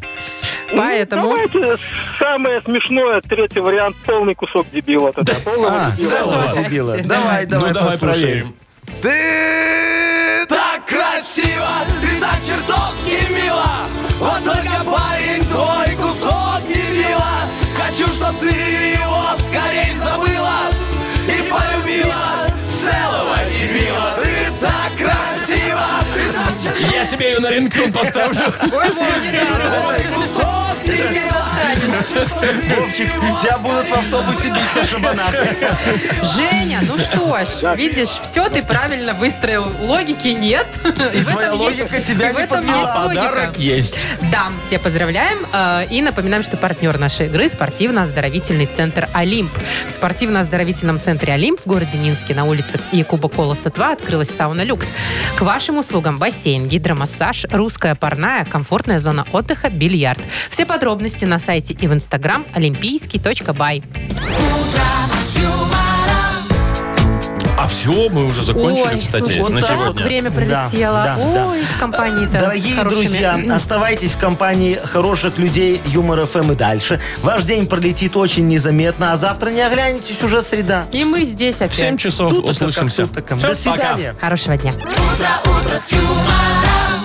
[SPEAKER 7] Ну,
[SPEAKER 2] Поэтому...
[SPEAKER 7] Давайте самое смешное, третий вариант, полный кусок дебила. тогда. Полного
[SPEAKER 3] А,
[SPEAKER 7] дебила.
[SPEAKER 4] целого.
[SPEAKER 3] целого дебила.
[SPEAKER 2] Давайте.
[SPEAKER 3] Давай,
[SPEAKER 4] Ну
[SPEAKER 3] давай,
[SPEAKER 4] давай
[SPEAKER 3] послушаем.
[SPEAKER 4] проверим.
[SPEAKER 12] Ты так красиво, ты так чертовски мила Вот только парень твой кусок дебила Хочу, чтоб ты его скорей забыла И полюбила целого дебила Ты так красиво, ты так чертовски
[SPEAKER 4] Я себе ее на рингтон поставлю.
[SPEAKER 2] Ой, Вова, не рада.
[SPEAKER 12] кусок
[SPEAKER 2] Ты
[SPEAKER 12] дебила
[SPEAKER 2] себя достанешь.
[SPEAKER 3] Вовчик, тебя будут в автобусе бить на шабанах.
[SPEAKER 2] Женя, ну что ж, видишь, все ты правильно выстроил. Логики нет. И, в
[SPEAKER 3] твоя
[SPEAKER 2] этом
[SPEAKER 3] логика тебя
[SPEAKER 2] и в
[SPEAKER 3] не
[SPEAKER 2] этом
[SPEAKER 3] подвела.
[SPEAKER 2] есть логика.
[SPEAKER 4] Подарок есть.
[SPEAKER 2] Да, тебя поздравляем э, и напоминаем, что партнер нашей игры – спортивно-оздоровительный центр «Олимп». В спортивно-оздоровительном центре «Олимп» в городе Минске на улице Якуба Колоса 2 открылась сауна «Люкс». К вашим услугам бассейн, гидромассаж, русская парная, комфортная зона отдыха, бильярд. Все подробности на сайте и в инстаграм олимпийский.бай.
[SPEAKER 4] А все, мы уже закончили,
[SPEAKER 2] Ой,
[SPEAKER 4] кстати,
[SPEAKER 2] слушайте,
[SPEAKER 4] на
[SPEAKER 2] так
[SPEAKER 4] сегодня.
[SPEAKER 2] время
[SPEAKER 3] Да,
[SPEAKER 2] пролетело.
[SPEAKER 3] да, да.
[SPEAKER 2] Ой, в компании-то с
[SPEAKER 3] Дорогие
[SPEAKER 2] хорошими. *clears throat*
[SPEAKER 3] друзья, оставайтесь в компании хороших людей Юмор ФМ и дальше. Ваш день пролетит очень незаметно, а завтра не оглянетесь, уже среда.
[SPEAKER 2] И мы здесь
[SPEAKER 4] В 7
[SPEAKER 2] опять.
[SPEAKER 4] часов
[SPEAKER 3] Тут-то как
[SPEAKER 4] услышимся.
[SPEAKER 3] тут-то как.
[SPEAKER 4] Всё,
[SPEAKER 3] До
[SPEAKER 4] пока.
[SPEAKER 3] свидания.
[SPEAKER 2] Хорошего дня.
[SPEAKER 6] Утро, утро с юмором.